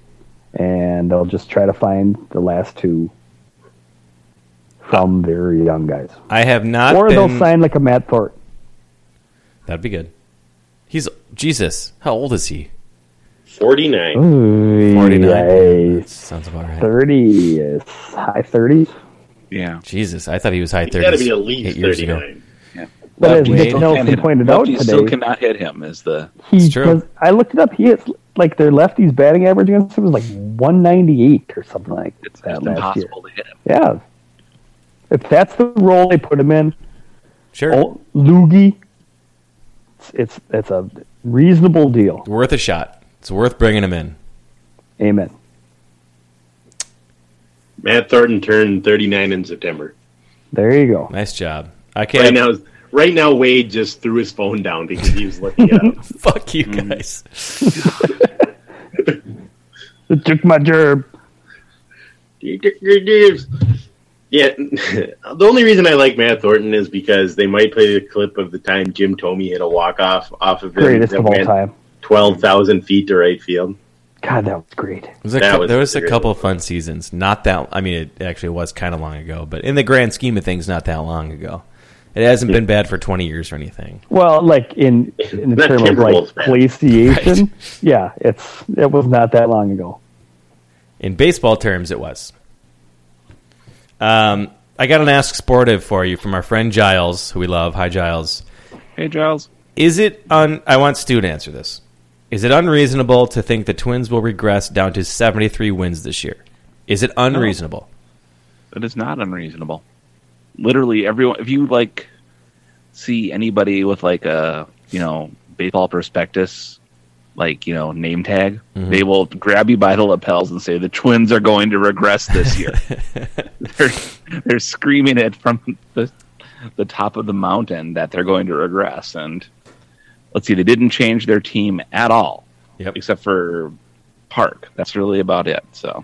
S3: and they'll just try to find the last two from their young guys.
S1: I have not.
S3: or
S1: been-
S3: they'll sign like a Matt Thorpe.
S1: That'd be good. He's Jesus. How old is he?
S4: Forty-nine.
S3: Oh.
S1: Forty
S3: Yay.
S1: nine. Sounds about right.
S3: Thirty, uh, high thirties.
S2: Yeah.
S1: Jesus, I thought he was high
S4: He's got to
S1: thirties.
S4: be at least
S1: eight years ago.
S4: thirty-nine.
S3: But as
S1: Wade.
S3: Nick
S2: Can't
S3: Nelson
S2: hit him.
S3: pointed out
S2: Lefties still
S3: today,
S2: cannot hit him. Is the
S3: he
S1: It's true.
S3: was, I looked it up. He is like their lefties batting average against him was like one ninety eight or something like
S2: it's
S3: that
S2: just
S3: last
S2: impossible to hit him.
S3: year. Yeah. If that's the role they put him in,
S1: Sure,
S3: oh, loogie, it's, it's it's a reasonable deal.
S1: worth a shot. It's worth bringing him in.
S3: Amen.
S4: Matt Thornton turned thirty-nine in September.
S3: There you go.
S1: Nice job. I can't.
S4: Right now, right now, Wade just threw his phone down because he was looking it up.
S1: Fuck you
S4: Mm-hmm.
S1: guys.
S3: It took my gerb.
S4: Yeah, the only reason I like Matt Thornton is because they might play the clip of the time Jim Tomey hit a walk off off of him
S3: Greatest
S4: that
S3: of all
S4: went
S3: time.
S4: twelve thousand feet to right field.
S3: God, that was great.
S1: There was a,
S4: That
S1: cou-
S4: was
S1: there was a
S4: serious.
S1: couple of fun seasons. Not that. I mean, it actually was kind of long ago, but in the grand scheme of things, not that long ago. It hasn't
S4: Hmm.
S1: been bad for twenty years or anything.
S3: Well, like in in the
S4: Not
S3: term of
S4: Timberwolves,
S3: like
S4: man.
S3: glaciation, yeah, it's it was not that long ago.
S1: In baseball terms, it was. Um, I got an ask sportive for you from our friend Giles, who we love. Hi, Giles.
S2: Hey, Giles.
S1: Is it un? I want Stu to answer this. Is it unreasonable to think the Twins will regress down to seventy-three wins this year? Is it
S4: Oh.
S1: unreasonable?
S2: That is not unreasonable. Literally everyone if you like see anybody with like a you know, baseball prospectus like, you know, name tag, they will grab you by the lapels and say the twins are going to regress this year. they're they're screaming it from the the top of the mountain that they're going to regress and let's see, they didn't change their team at all
S1: Yep.
S2: except for Park. That's really about it. So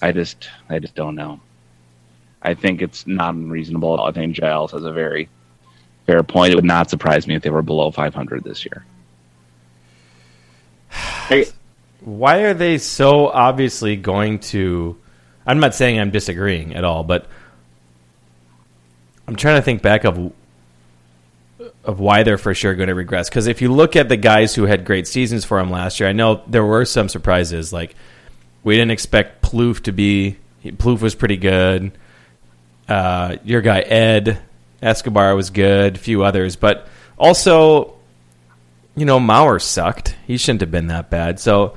S2: I just I just don't know. I think it's not unreasonable. at all. I think Giles has a very fair point. It would not surprise me if they were below 500 this year.
S4: I,
S1: why are they so obviously going to I'm not saying I'm disagreeing at all, but I'm trying to think back of of why they're for sure going to regress cuz if you look at the guys who had great seasons for him last year, I know there were some surprises like we didn't expect Plouffe to be Plouffe was pretty good. Uh, your guy Ed Escobar was good, a few others, but also you know, Mauer sucked. He shouldn't have been that bad. So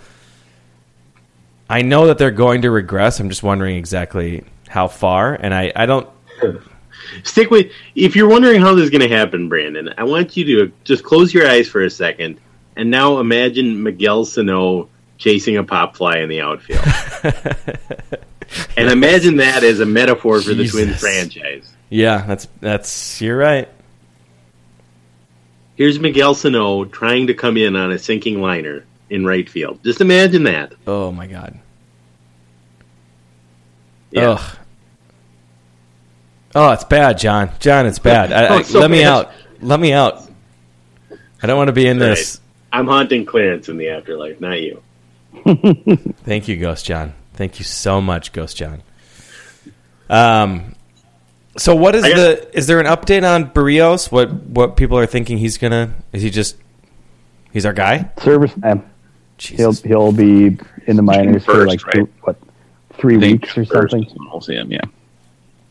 S1: I know that they're going to regress. I'm just wondering exactly how far. And I, I don't.
S4: stick with. If you're wondering how this is going to happen, Brandon, I want you to just close your eyes for a second and now imagine Miguel Sano chasing a pop fly in the outfield, and imagine that as a metaphor for the Twins
S1: Jesus.
S4: franchise.
S1: Yeah, that's that's you're right.
S4: Here's Miguel Sano trying to come in on a sinking liner in right field. Just imagine that.
S1: Oh my god.
S4: Yeah.
S1: Ugh. Oh, it's bad, John. John, it's bad. I,
S4: Oh,
S1: I-
S4: it's so
S1: let me
S4: bad.
S1: out. Let me out. I don't want to be in this.
S4: I'm haunting Clarence in the afterlife, not you.
S1: Thank you, Ghost John. Thank you so much, Ghost John. Um, So what is
S4: I guess-
S1: the? Is there an update on Barrios? What what people are thinking he's gonna? Is he just? He's our guy.
S5: Service time. He'll
S1: Jesus.
S5: he'll be in the minors for
S2: first,
S5: like
S2: right?
S5: two, what three weeks or
S2: First
S5: something.
S2: is when We'll see him. Yeah,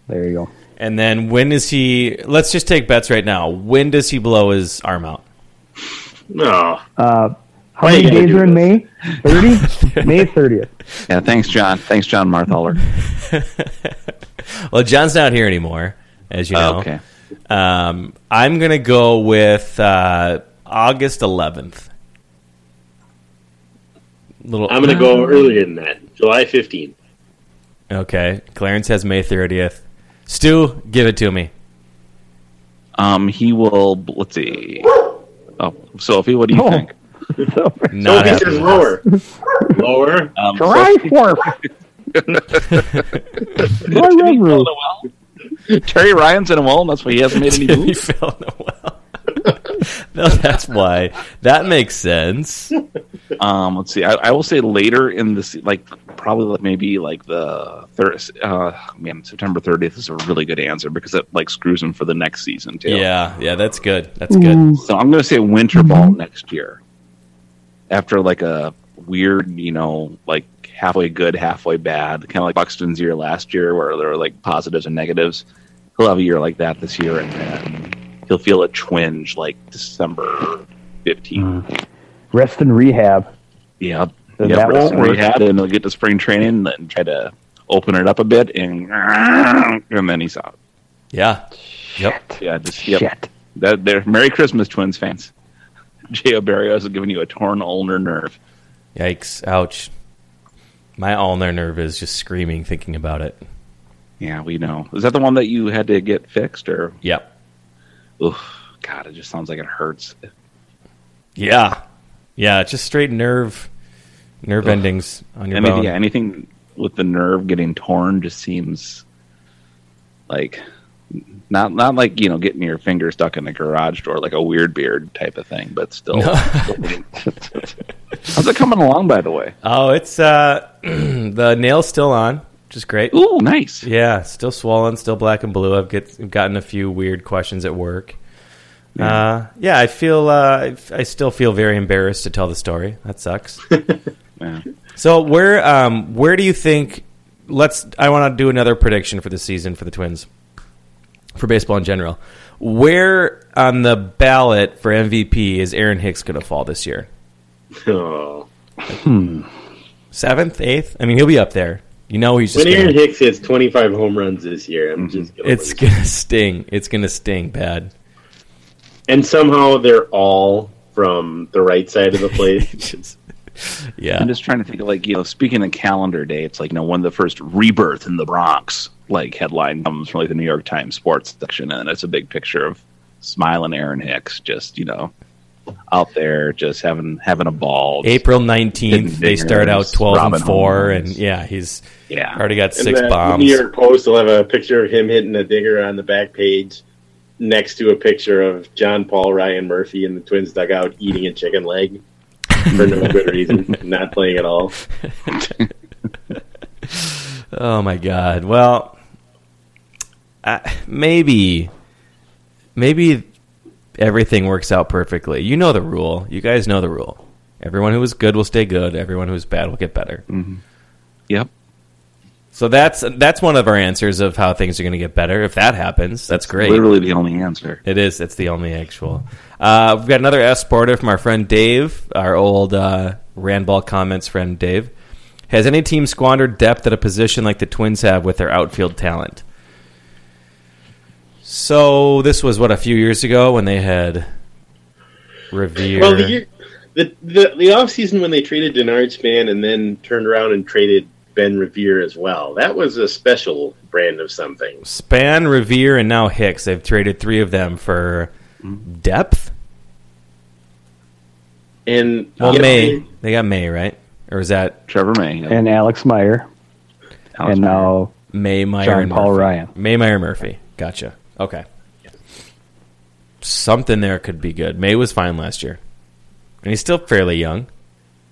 S5: There you go.
S1: And then when is he? Let's just take bets right now. When does he blow his arm out?
S4: No.
S5: Uh, How
S4: Why you
S5: many
S4: gotta
S5: days
S4: do
S5: are in
S4: this?
S5: May? Thirty. May thirtieth.
S2: yeah. Thanks, John. Thanks, John Marthaler.
S1: Well, John's not here anymore, as you know.
S2: Okay.
S1: Um, I'm gonna go with uh, August 11th. Little.
S4: I'm going to go earlier than that. July 15th.
S1: Okay. Clarence has May 30th. Stu, give it to me.
S2: Um, he will. Let's see. Oh, Sophie, what do you
S5: Oh.
S2: think?
S4: No,
S1: Not
S4: he
S1: happening. Uh,
S4: says lower. lower.
S2: Um,
S5: July
S2: Sophie-
S5: fourth. July Red Roof.
S2: Terry Ryan's in a wall, and that's why he hasn't made any
S1: Did he
S2: moves.
S1: fell in a well? no, that's why. That makes sense.
S2: Um, let's see. I, I will say later in this, like probably like maybe like the third. Uh, man, September thirtieth is a really good answer because it like screws him for the next season too.
S1: Yeah, yeah, that's good. That's good.
S2: So I'm going to say winter
S5: Mm-hmm.
S2: ball next year. After like a weird, you know, like halfway good, halfway bad, kind of like Buxton's year last year, where there were like positives and negatives. He'll have a year like that this year, and then he'll feel a twinge like December fifteenth.
S5: Rest and rehab.
S2: Yeah,
S5: Mm-hmm. Then
S2: yeah,
S5: that
S2: rest
S5: won't
S2: and
S5: work.
S2: rehab, and he'll get to spring training, and then try to open it up a bit, and and then he's out.
S1: Yeah. Yep.
S2: Yeah, just yep.
S5: Shit.
S2: That there. Merry Christmas, Twins fans. J.O. Barrios is giving you a torn ulnar nerve.
S1: Yikes. Ouch. My ulnar nerve is just screaming thinking about it.
S2: Yeah, we know. Is that the one that you had to get fixed, or
S1: Yep.
S2: oof, God, it just sounds like it hurts.
S1: Yeah. Yeah, it's just straight nerve nerve endings on your
S2: I mean,
S1: bone.
S2: yeah, anything with the nerve getting torn just seems like not not like you know getting your finger stuck in the garage door like a weird beard type of thing, but still. How's it coming along, by the way?
S1: Oh, it's uh the nail's still on, which is great.
S2: Ooh, nice.
S1: Yeah, still swollen, still black and blue. I've get I've gotten a few weird questions at work. Yeah, uh, yeah I feel uh, I f- I still feel very embarrassed to tell the story. That sucks.
S2: Yeah.
S1: so where um, where do you think? Let's. I want to do another prediction for the season for the Twins, for baseball in general. Where on the ballot for MVP is Aaron Hicks going to fall this year?
S4: Oh.
S1: Seventh, eighth? I mean, he'll be up there. You know, he's just
S4: When Aaron
S1: gonna,
S4: Hicks hits 25 home runs this year, I'm just going
S1: Mm-hmm. it's gonna sting. It's gonna sting bad.
S4: And somehow they're all from the right side of the plate.
S1: Just- yeah.
S2: I'm just trying to think of like you know, speaking of calendar day, it's like you know when the first rebirth in the Bronx like headline comes from like the New York Times sports section, and it's a big picture of smiling Aaron Hicks just you know out there just having having a ball.
S1: April nineteenth,
S2: Hidden
S1: they start out
S2: Figures,
S1: twelve
S2: Robin
S1: and four,
S2: Holmes.
S1: and yeah, he's
S2: yeah,
S1: already got
S4: And
S1: six
S4: the
S1: bombs.
S4: New York Post will have a picture of him hitting a digger on the back page next to a picture of John Paul Ryan Murphy in the Twins dugout eating a chicken leg for no good reason, not playing at all.
S1: Oh my god! Well, I, maybe, maybe everything works out perfectly. You know the rule. You guys know the rule. Everyone who is good will stay good. Everyone who is bad will get better.
S2: Mm. yep.
S1: So that's that's one of our answers of how things are going to get better. If that happens, that's great.
S2: Literally the only answer.
S1: It is. It's the only actual. Uh, we've got another Ask Sporter from our friend Dave, our old uh, Randball comments friend Dave. Has any team squandered depth at a position like the Twins have with their outfield talent? So this was what a few years ago when they had Revere.
S4: Well, the, year, the the the off season when they traded Denard Span and then turned around and traded Ben Revere as well. That was a special brand of something.
S1: Span, Revere, and now Hicks. They've traded three of them for
S4: Mm.
S1: depth.
S4: And
S1: Well,
S4: you know,
S1: May. They got May right, or is that
S2: Trevor May yep.
S5: and Alex Meyer
S2: Alex
S5: and now
S1: May Meyer
S5: John
S1: and
S5: Paul
S1: Murphy.
S5: Ryan.
S1: May Meyer Murphy. Gotcha. Okay. Something there could be good. May was fine last year, and he's still fairly young.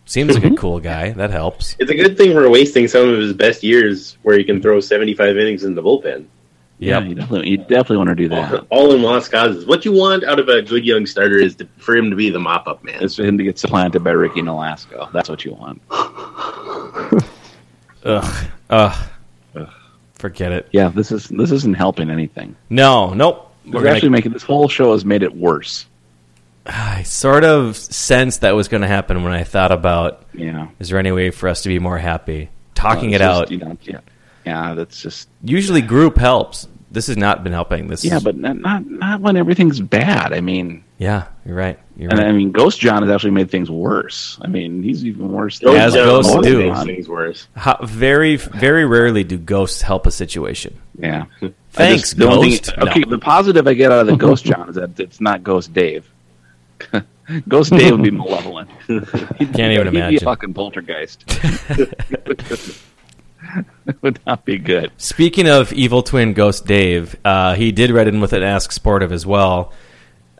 S1: Seems
S2: Mm-hmm.
S1: like a cool guy. That helps.
S4: It's a good thing we're wasting some of his best years where he can throw 75 innings in the bullpen.
S2: Yeah, you definitely, you definitely want to do that.
S4: All in lost causes. What you want out of a good young starter is to, for him to be the mop up man.
S2: It's for him to get supplanted by Ricky Nolasco. That's what you want.
S1: Ugh. Ugh. Forget it.
S2: Yeah, this is this isn't helping anything.
S1: No. Nope.
S2: We're actually making this whole show has made it worse.
S1: I sort of sensed that was going to happen when I thought about.
S2: Yeah.
S1: Is there any way for us to be more happy? Talking
S2: Uh,
S1: it
S2: it's just,
S1: out.
S2: you know, yeah, yeah, that's just
S1: Usually, group helps. This has not been helping. This.
S2: yeah,
S1: is,
S2: but not not, not when everything's bad. I mean,
S1: yeah, you're right. You're
S2: and
S1: right.
S2: I mean, Ghost John has actually made things worse. I mean, he's even worse.
S4: Those
S1: As
S4: young
S1: ghosts
S4: boys
S1: do.
S4: makes things worse.
S1: How, very, very rarely do ghosts help a situation.
S2: Yeah. I
S1: Thanks,
S2: the only thing-
S1: Ghost. No.
S2: okay, the positive I get out of the Ghost John is that it's not Ghost Dave. Ghost Dave would be malevolent. He'd,
S1: Can't even
S2: he'd Be a
S1: imagine.
S2: fucking poltergeist. would not be good.
S1: Speaking of evil twin Ghost Dave, uh, he did write in with an Ask Sportive as well.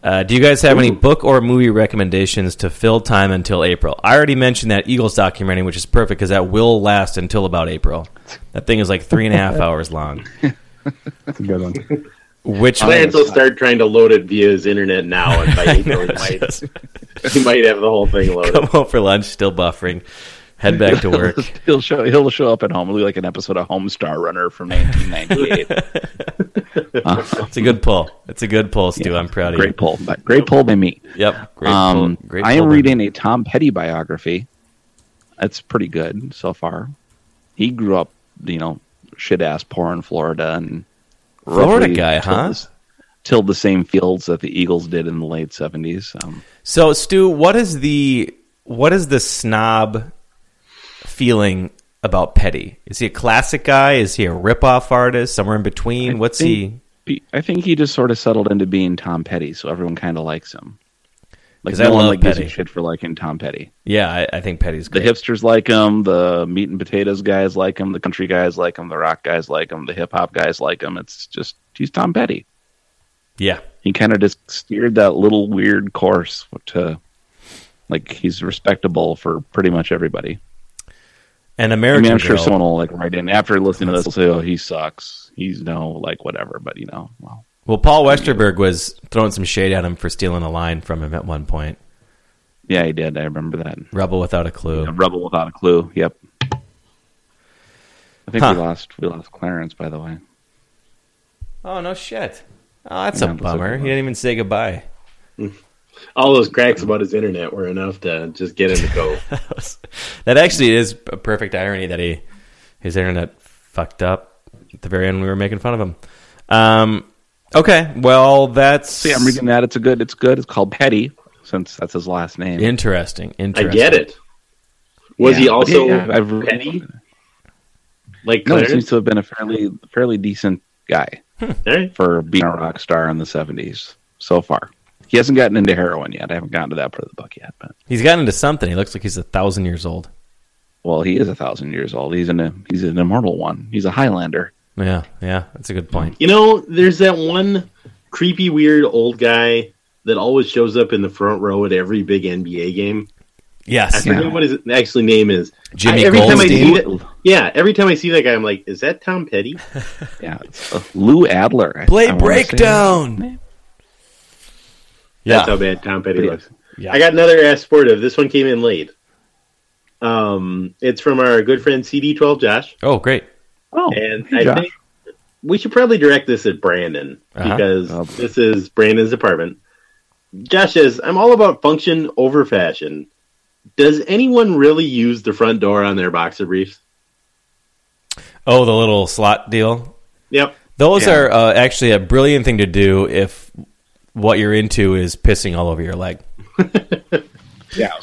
S1: Uh, do you guys have any book or movie recommendations to fill time until April? I already mentioned that Eagles documentary, which is perfect because that will last until about April. That thing is like three and a half hours long.
S5: That's a good one.
S1: Which
S4: Clarence will start trying to load it via his internet now, and by April, he might, he might have the whole thing loaded.
S1: come home for lunch, still buffering, head back to work.
S2: He'll show he'll show up at home. It'll be like an episode of Homestar Runner from 1998.
S1: It's a good pull. It's a good pull, Stu. I'm proud of
S2: great pull, but great pull by me.
S1: you. Yep. Great pull.
S2: um,
S1: Great
S2: I am
S1: pull.
S2: reading a Tom Petty biography. That's pretty good so far. He grew up, you know, shit ass poor in Florida and
S1: Florida
S2: roughly
S1: guy,
S2: tilled
S1: huh?
S2: the- Tilled the same fields that the Eagles did in the late seventies. Um,
S1: So, Stu, what is the what is the snob feeling about Petty? Is he a classic guy? Is he a ripoff artist? Somewhere in between? What's he?
S2: he- I think he just sort of settled into being Tom Petty, so everyone kind of likes him. Like
S1: 'Cause I
S2: no one
S1: love
S2: like gives a
S1: Petty.
S2: shit for liking Tom Petty.
S1: Yeah, I, I think Petty's
S2: The
S1: great.
S2: hipsters like him. The meat and potatoes guys like him. The country guys like him. The rock guys like him. The hip hop guys like him. It's just he's Tom Petty.
S1: Yeah,
S2: he kind of just steered that little weird course to like he's respectable for pretty much everybody.
S1: an
S2: I
S1: American.
S2: mean, I'm sure
S1: Girl.
S2: someone will like write in after listening to this. Will say, "Oh, he sucks. He's no like whatever." But you know, well,
S1: Well, Paul Westerberg was throwing some shade at him for stealing a line from him at one point.
S2: yeah, he did. I remember that.
S1: Rebel without a clue.
S2: A rebel without a clue. Yep. I think
S1: Huh.
S2: we lost we lost Clarence. By the way,
S1: Oh no, shit. Oh, that's
S2: Yeah,
S1: a
S2: that's a
S1: bummer.
S2: good
S1: He didn't even say goodbye.
S4: All those cracks about his internet were enough to just get him to go.
S1: that actually is a perfect irony that he his internet fucked up at the very end. when We were making fun of him. Um, okay, well that's
S2: see, I'm reading that. It's a good. It's good. It's called Petty since that's his last name.
S1: interesting.
S4: I
S1: Interesting.
S4: get it. Was he
S2: Yeah, but
S4: also
S2: yeah, I've-
S4: petty? Like
S2: No, he seems
S4: Clarence?
S2: to have been a fairly fairly decent guy.
S4: All right.
S2: for being a rock star in the 70s so far. He hasn't gotten into heroin yet. I haven't gotten to that part of the book yet. But
S1: He's gotten into something. He looks like he's a thousand years old.
S2: well, he is a thousand years old. He's an he's an immortal one. He's a Highlander.
S1: Yeah, yeah, that's a good point.
S4: You know, there's that one creepy, weird old guy that always shows up in the front row at every big NBA game. I
S1: Yes,
S4: forget what his actually name is.
S1: Jimmy
S4: I- every time I see
S1: Goldstein.
S4: that, yeah, every time I see that guy, I'm like, is that Tom Petty?
S2: Yeah, it's, uh, Lou Adler. I-
S1: Play
S2: I wanna say.
S1: breakdown.
S4: That's how
S1: Yeah,
S4: bad Tom Petty
S2: Yeah.
S4: looks.
S1: Yeah.
S4: I got another ass sportive. This one came in late. Um, it's from our good friend CD12 Josh,
S1: Oh, great.
S2: Oh,
S4: and
S2: hey,
S4: I
S2: Josh.
S4: think we should probably direct this at Brandon
S1: Uh-huh.
S4: because
S2: Oh.
S4: this is Brandon's department. Josh says, "I'm all about function over fashion. Does anyone really use the front door on their boxer briefs?
S1: Oh, the little slot deal.
S4: Yep,
S1: Those are uh, actually a brilliant thing to do if what you're into is pissing all over your leg.
S2: yeah, I was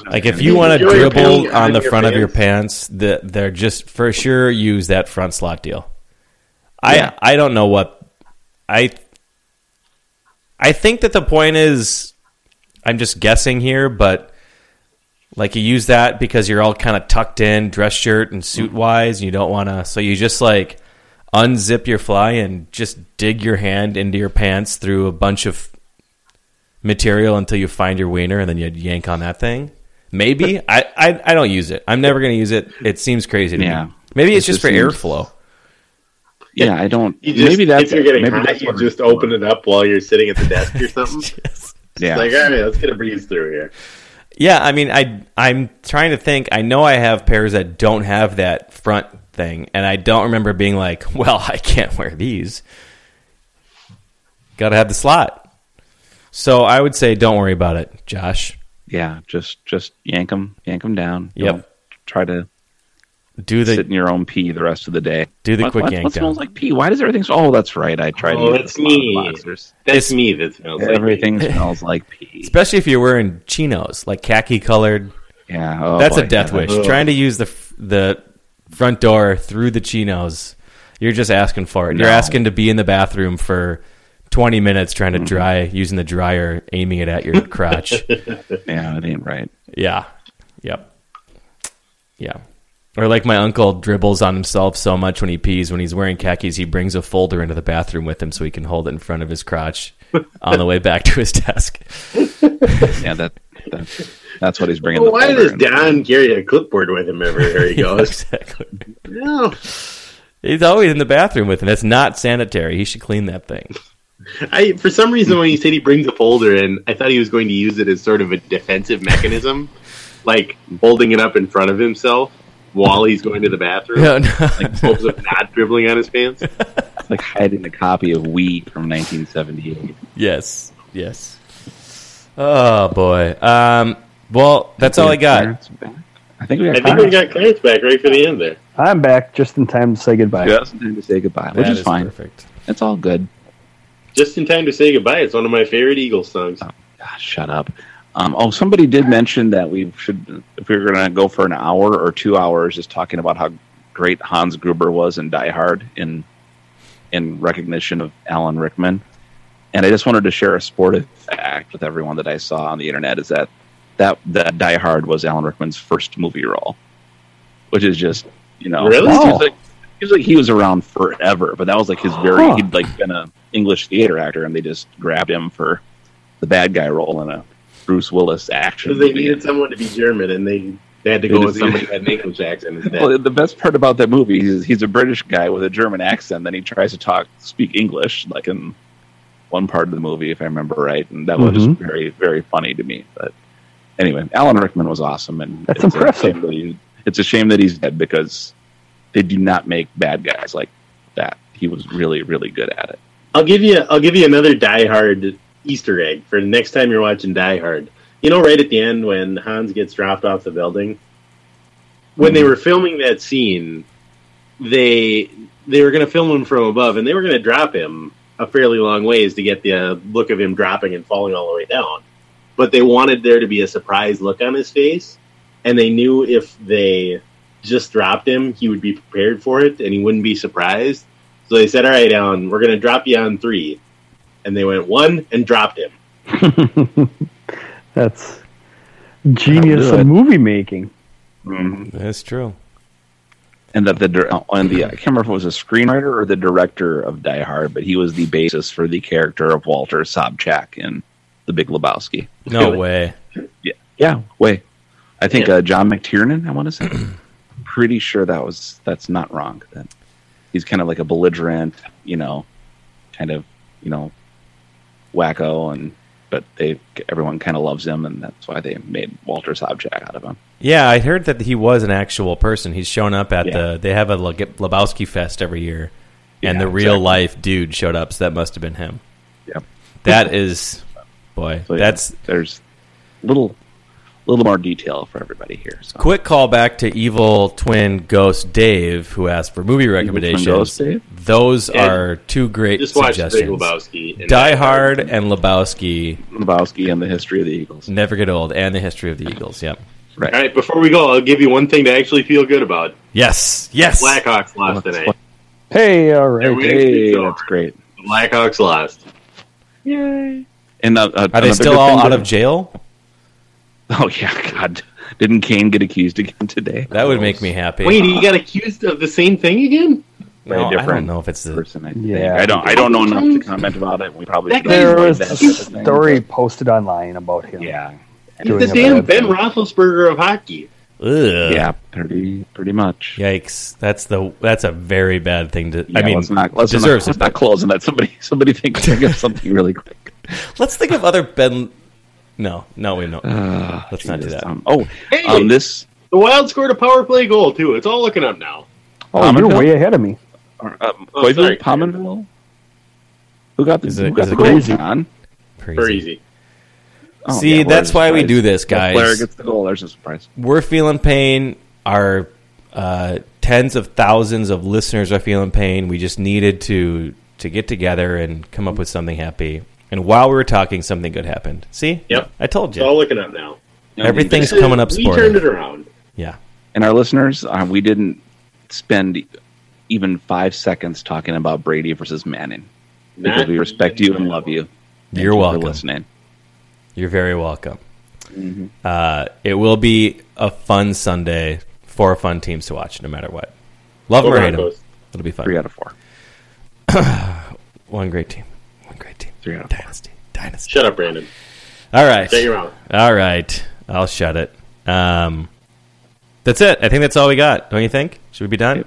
S2: gonna
S1: Like
S2: say,
S1: if you want to
S4: Enjoy your
S1: dribble
S4: pants
S1: on
S4: and
S1: the
S4: your
S1: front of your
S4: pants.
S1: pants, the, they're just for sure use that front slot deal. I
S2: Yeah.
S1: I don't know what I I think that the point is I'm just guessing here, but like you use that because you're all kind of tucked in, dress shirt and suit wise, and you don't want to. So you just like unzip your fly and just dig your hand into your pants through a bunch of material until you find your wiener and then you yank on that thing. Maybe I, I I don't use it. I'm never going to use it. It seems crazy to
S2: Yeah.
S1: me. Maybe it's
S2: It
S1: just
S2: just
S1: for
S2: seems-
S1: airflow.
S2: Yeah, I don't.
S4: You just,
S2: maybe that's
S4: if you're getting
S2: maybe
S4: hot,
S2: that's
S4: you
S2: what-
S4: just open it up while you're sitting at the desk or something.
S2: Yeah,
S4: Like, all right, let's get a breeze through here.
S1: Yeah, I mean, I I'm trying to think. I know I have pairs that don't have that front thing, and I don't remember being like, "Well, I can't wear these." Got to have the slot. So I would say, don't worry about it, Josh.
S2: yeah. Just just yank them, yank them down.
S1: Yep.
S2: Don't Try to
S1: Do
S2: sit
S1: the
S2: in your own pee the rest of the day.
S1: do the
S2: What-
S1: quick
S2: what,
S1: yank
S2: what
S1: down.
S2: smells like pee? Why does everything? Oh, that's right. I tried.
S4: Oh,
S2: to eat
S4: that's
S2: the slot
S4: me.
S2: boxers.
S4: That's me. That smells like
S2: Everything smells like pee.
S1: Especially if you're wearing chinos, like khaki colored.
S2: Yeah. oh,
S1: That's a
S2: boy,
S1: death
S2: yeah.
S1: wish. Trying to use the f- the front door through the chinos, you're just asking for it. You're
S2: No.
S1: asking to be in the bathroom for 20 minutes trying to dry using the dryer, aiming it at your crotch.
S2: Yeah, it ain't right.
S1: yeah. Yep. Yeah. Or like my uncle dribbles on himself so much when he pees. When he's wearing khakis, he brings a folder into the bathroom with him so he can hold it in front of his crotch on the way back to his desk.
S2: Yeah, that, that that's what he's bringing.
S4: Well,
S2: the
S4: why
S2: folder
S4: does
S2: in.
S4: Don carry a clipboard with him everywhere he goes?
S1: exactly.
S4: no,
S1: He's always in the bathroom with him. That's not sanitary. He should clean that thing.
S4: I for some reason when he said he brings a folder in, I thought he was going to use it as sort of a defensive mechanism, like holding it up in front of himself while he's going to the bathroom,
S1: No, no.
S4: like in hopes of not dribbling on his pants.
S2: It's like hiding a copy of We from 1978.
S1: Yes. Yes. Oh boy. Um well, that's all I got.
S2: Clarence back? I think we got.
S4: I think we got Clarence back right for the end there.
S5: I'm back just in time to say goodbye.
S2: just time to say goodbye, which
S1: That
S2: is fine.
S1: perfect.
S2: It's all good.
S4: Just in time to say goodbye. It's one of my favorite Eagles songs.
S2: Ah, shut up. Um, oh, somebody did mention that we should, if we were going to go for an hour or two hours, is talking about how great Hans Gruber was in Die Hard in in recognition of Alan Rickman. And I just wanted to share a sportive fact with everyone that I saw on the internet is that that that Die Hard was Alan Rickman's first movie role, which is just you know
S4: Really?
S2: he was like he was, like, he was around forever, but that was like his very
S5: Huh.
S2: he'd like been a English theater actor, and they just grabbed him for the bad guy role in a Bruce Willis action.
S4: Because they
S2: movie.
S4: needed someone to be German, and they, they had to
S2: They
S4: go
S2: just
S4: with somebody
S2: needed-
S4: who had an English accent instead.
S2: Well, the best part about that movie is he's a British guy with a German accent. Then he tries to talk, speak English, like in one part of the movie, if I remember right. And that was
S5: Mhm.
S2: very, very funny to me. But anyway, Alan Rickman was awesome, and
S5: That's
S2: it's a
S5: impressive.
S2: shame that he- it's a shame that he's dead because they do not make bad guys like that. He was really, really good at it.
S4: I'll give you I'll give you another Die Hard Easter egg for the next time you're watching Die Hard. You know, right at the end when Hans gets dropped off the building, when they were filming that scene, they they were going to film him from above, and they were going to drop him a fairly long ways to get the uh, look of him dropping and falling all the way down. But they wanted there to be a surprise look on his face, and they knew if they just dropped him, he would be prepared for it, and he wouldn't be surprised. So they said, "All right, Alan, we're going to drop you on three. and they went one and dropped him.
S5: That's genius
S2: That'll
S5: of
S2: do it.
S5: movie making.
S4: Mm-hmm.
S1: That's true.
S2: And that the dir- and the I can't remember if it was a screenwriter or the director of Die Hard, but he was the basis for the character of Walter Sobchak in The Big Lebowski.
S1: No way.
S2: Yeah, way. I think uh, John McTiernan. I want to say. Pretty sure that was that's not wrong. That he's kind of like a belligerent, you know, kind of you know, wacko, and but they everyone kind of loves him, and that's why they made Walter Sobchak out of him.
S1: Yeah, I heard that he was an actual person. He's shown up at
S2: Yeah.
S1: the they have a Le- Lebowski Fest every year, and
S2: Yeah,
S1: the real
S2: exactly.
S1: life dude showed up. So that must have been him.
S2: Yep.
S1: That is, boy,
S2: So yeah,
S1: that's
S2: there's little little more detail for everybody here. So.
S1: quick callback to evil twin ghost Dave who asked for movie recommendations.
S2: Ghost Dave?
S1: Those
S4: Yeah.
S1: are two great
S4: Just watch The Big
S1: suggestions.
S4: Lebowski. and
S1: Die Hard and Lebowski.
S2: Lebowski and the history of the Eagles.
S1: Never Get Old and the History of the Eagles. Yep.
S2: Right.
S4: All right, before we go, I'll give you one thing to actually feel good about.
S1: Yes. Yes.
S4: Blackhawks lost tonight.
S5: Hey, all right.
S4: There we-
S2: Hey,
S4: It's over.
S2: that's great.
S4: The Blackhawks lost.
S2: And uh, uh,
S1: Are they
S2: another
S1: still
S2: good
S1: all
S2: thing
S1: out
S2: to-
S1: of jail?
S2: Oh yeah, God! Didn't Kane get accused again today?
S1: That would make me happy.
S4: Wait, he got accused of the same thing again?
S1: No, I
S2: Very different
S1: don't know if it's the.
S2: person. I think.
S5: Yeah.
S2: I don't. I don't know enough to comment about it. We probably
S4: That
S2: should
S4: guy-
S5: There
S2: avoid
S5: was
S2: that
S5: a
S2: sort of thing,
S5: story posted online about
S2: but-
S5: him.
S2: Yeah,
S4: He's
S5: Doing
S4: the
S5: a
S4: damn
S5: bad
S4: Ben
S5: thing.
S4: Roethlisberger of hockey.
S1: Ugh.
S2: yeah. Pretty, pretty much.
S1: Yikes! That's the that's a very bad thing to. I
S2: Yeah,
S1: mean,
S2: let's not, let's not,
S1: deserves
S2: let's
S1: it.
S2: not close on that. Somebody, somebody think think of something really quick.
S1: Let's think of other Ben. No, no, we
S2: Uh,
S1: know. Uh, Let's not do
S2: Jesus,
S1: that.
S2: um, oh,
S4: Hey!
S2: um, this.
S4: The Wild scored a power play goal too. It's all looking up now.
S5: Oh,
S2: Pominville?
S5: you're way ahead of me.
S2: or, Um,
S4: Oh,
S2: Koivu,
S4: sorry.
S2: Pominville? Who got the,
S1: Is it-
S2: who got
S1: is
S2: the
S1: it
S2: goal,
S1: crazy?
S2: John?
S1: Crazy.
S4: Very easy.
S2: Oh,
S1: See,
S2: yeah,
S1: that's
S2: we're
S1: why we
S2: surprised.
S1: do this,
S2: The Player
S1: guys.
S2: gets the goal. There's a surprise.
S1: We're feeling pain. Our uh, tens of thousands of listeners are feeling pain. We just needed to to get together and come up with something happy. And while we were talking, something good happened. See?
S4: Yep.
S1: I told
S4: It's all
S1: you.
S4: looking up now.
S1: Everything's
S4: This is-
S1: coming up
S4: We turned it
S1: sporting.
S4: around.
S1: Yeah.
S2: And our listeners, uh, we didn't spend even five seconds talking about Brady versus Manning because
S4: Not-
S2: we respect you and love you.
S1: You're
S2: Thank you for
S1: welcome.
S2: listening.
S1: You're very welcome. Uh, it will be a fun Sunday for fun teams to watch, no matter what. Love them
S4: Go
S1: or hate them.
S4: Broncos.
S1: It'll be fun.
S2: Three out of four.
S1: One great team. One great team.
S2: Three out of four.
S1: Dynasty. Dynasty.
S4: Shut up, Brandon.
S1: All right.
S4: Shut your mouth.
S1: All right. I'll shut it. Um, that's it. I think that's all we got. Don't you think? Should we be done?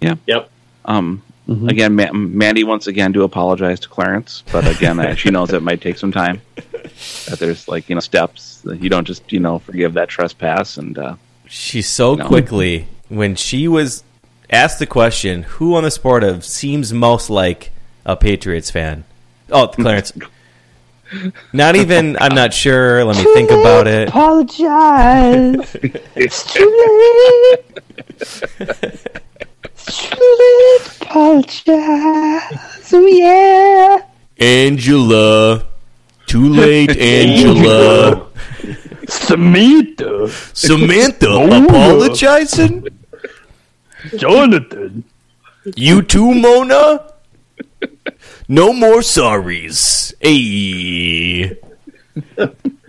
S4: Yep.
S2: Um,
S1: Mm-hmm.
S2: Again, Ma- Mandy, once again, to apologize to Clarence, but again, uh, she knows it might take some time. That there's like you know steps. That you don't just you know forgive that trespass and uh,
S1: She so
S2: No.
S1: quickly when she was asked the question, "Who on the sport of seems most like a Patriots fan?" Oh, Clarence. Not even. I'm not sure. Let me think about it.
S5: Apologize. it's too late. It's too late. to Apologize. Oh, yeah.
S1: Angela. Too late, Angela.
S5: Samantha.
S1: Samantha
S5: Lola.
S1: apologizing.
S5: Jonathan.
S1: You too, Mona. No more sorries. Hey.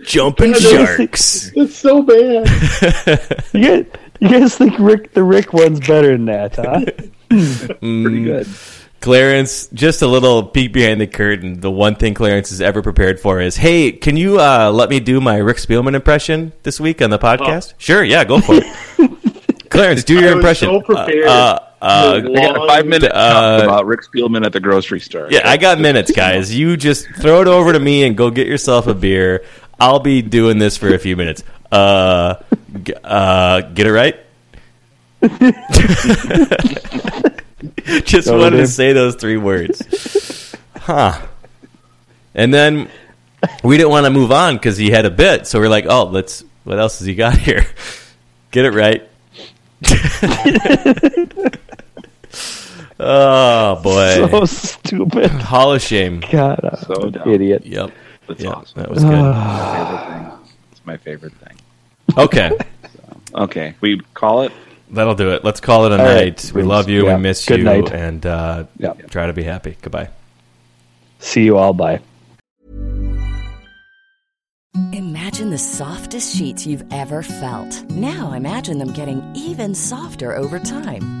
S1: Jumping sharks.
S4: It's so bad.
S5: You guys, you guys think Rick the Rick one's better than that, huh?
S2: pretty good.
S1: Clarence, just a little peek behind the curtain. The one thing Clarence is ever prepared for is, hey, can you uh, let me do my Rick Spielman impression this week on the
S4: Oh.
S1: podcast? Sure, yeah, go for it. Clarence, do your
S4: I was
S1: impression.
S4: so prepared.
S1: Uh, uh,
S4: The
S2: I got a
S4: long-
S2: five minute
S1: uh,
S2: about Rick Spielman at the grocery store.
S1: Yeah, I got minutes, guys. You just throw it over to me and go get yourself a beer. I'll be doing this for a few minutes. Uh, g- uh, get it right. just wanted to
S5: dude.
S1: say those three words, huh? And then we didn't want to move on because he had a bit, so we're like, "Oh, let's. What else has he got here? Get it right." oh boy!
S5: So stupid.
S1: Hall of Shame.
S5: God, I'm
S2: So
S5: an
S2: dumb.
S5: idiot.
S1: Yep.
S2: That's
S1: Yeah,
S2: awesome.
S1: that was
S5: Uh.
S1: good.
S2: It's my favorite thing.
S1: Okay,
S2: Okay, we call it.
S1: that'll do it. Let's call it a
S5: All right.
S1: night. We love you.
S5: Yeah.
S1: We miss
S5: Good
S1: you.
S5: night.
S1: And uh,
S5: Yeah.
S1: try to be happy. Goodbye.
S5: See you all. Bye.
S7: Imagine the softest sheets you've ever felt. Now imagine them getting even softer over time.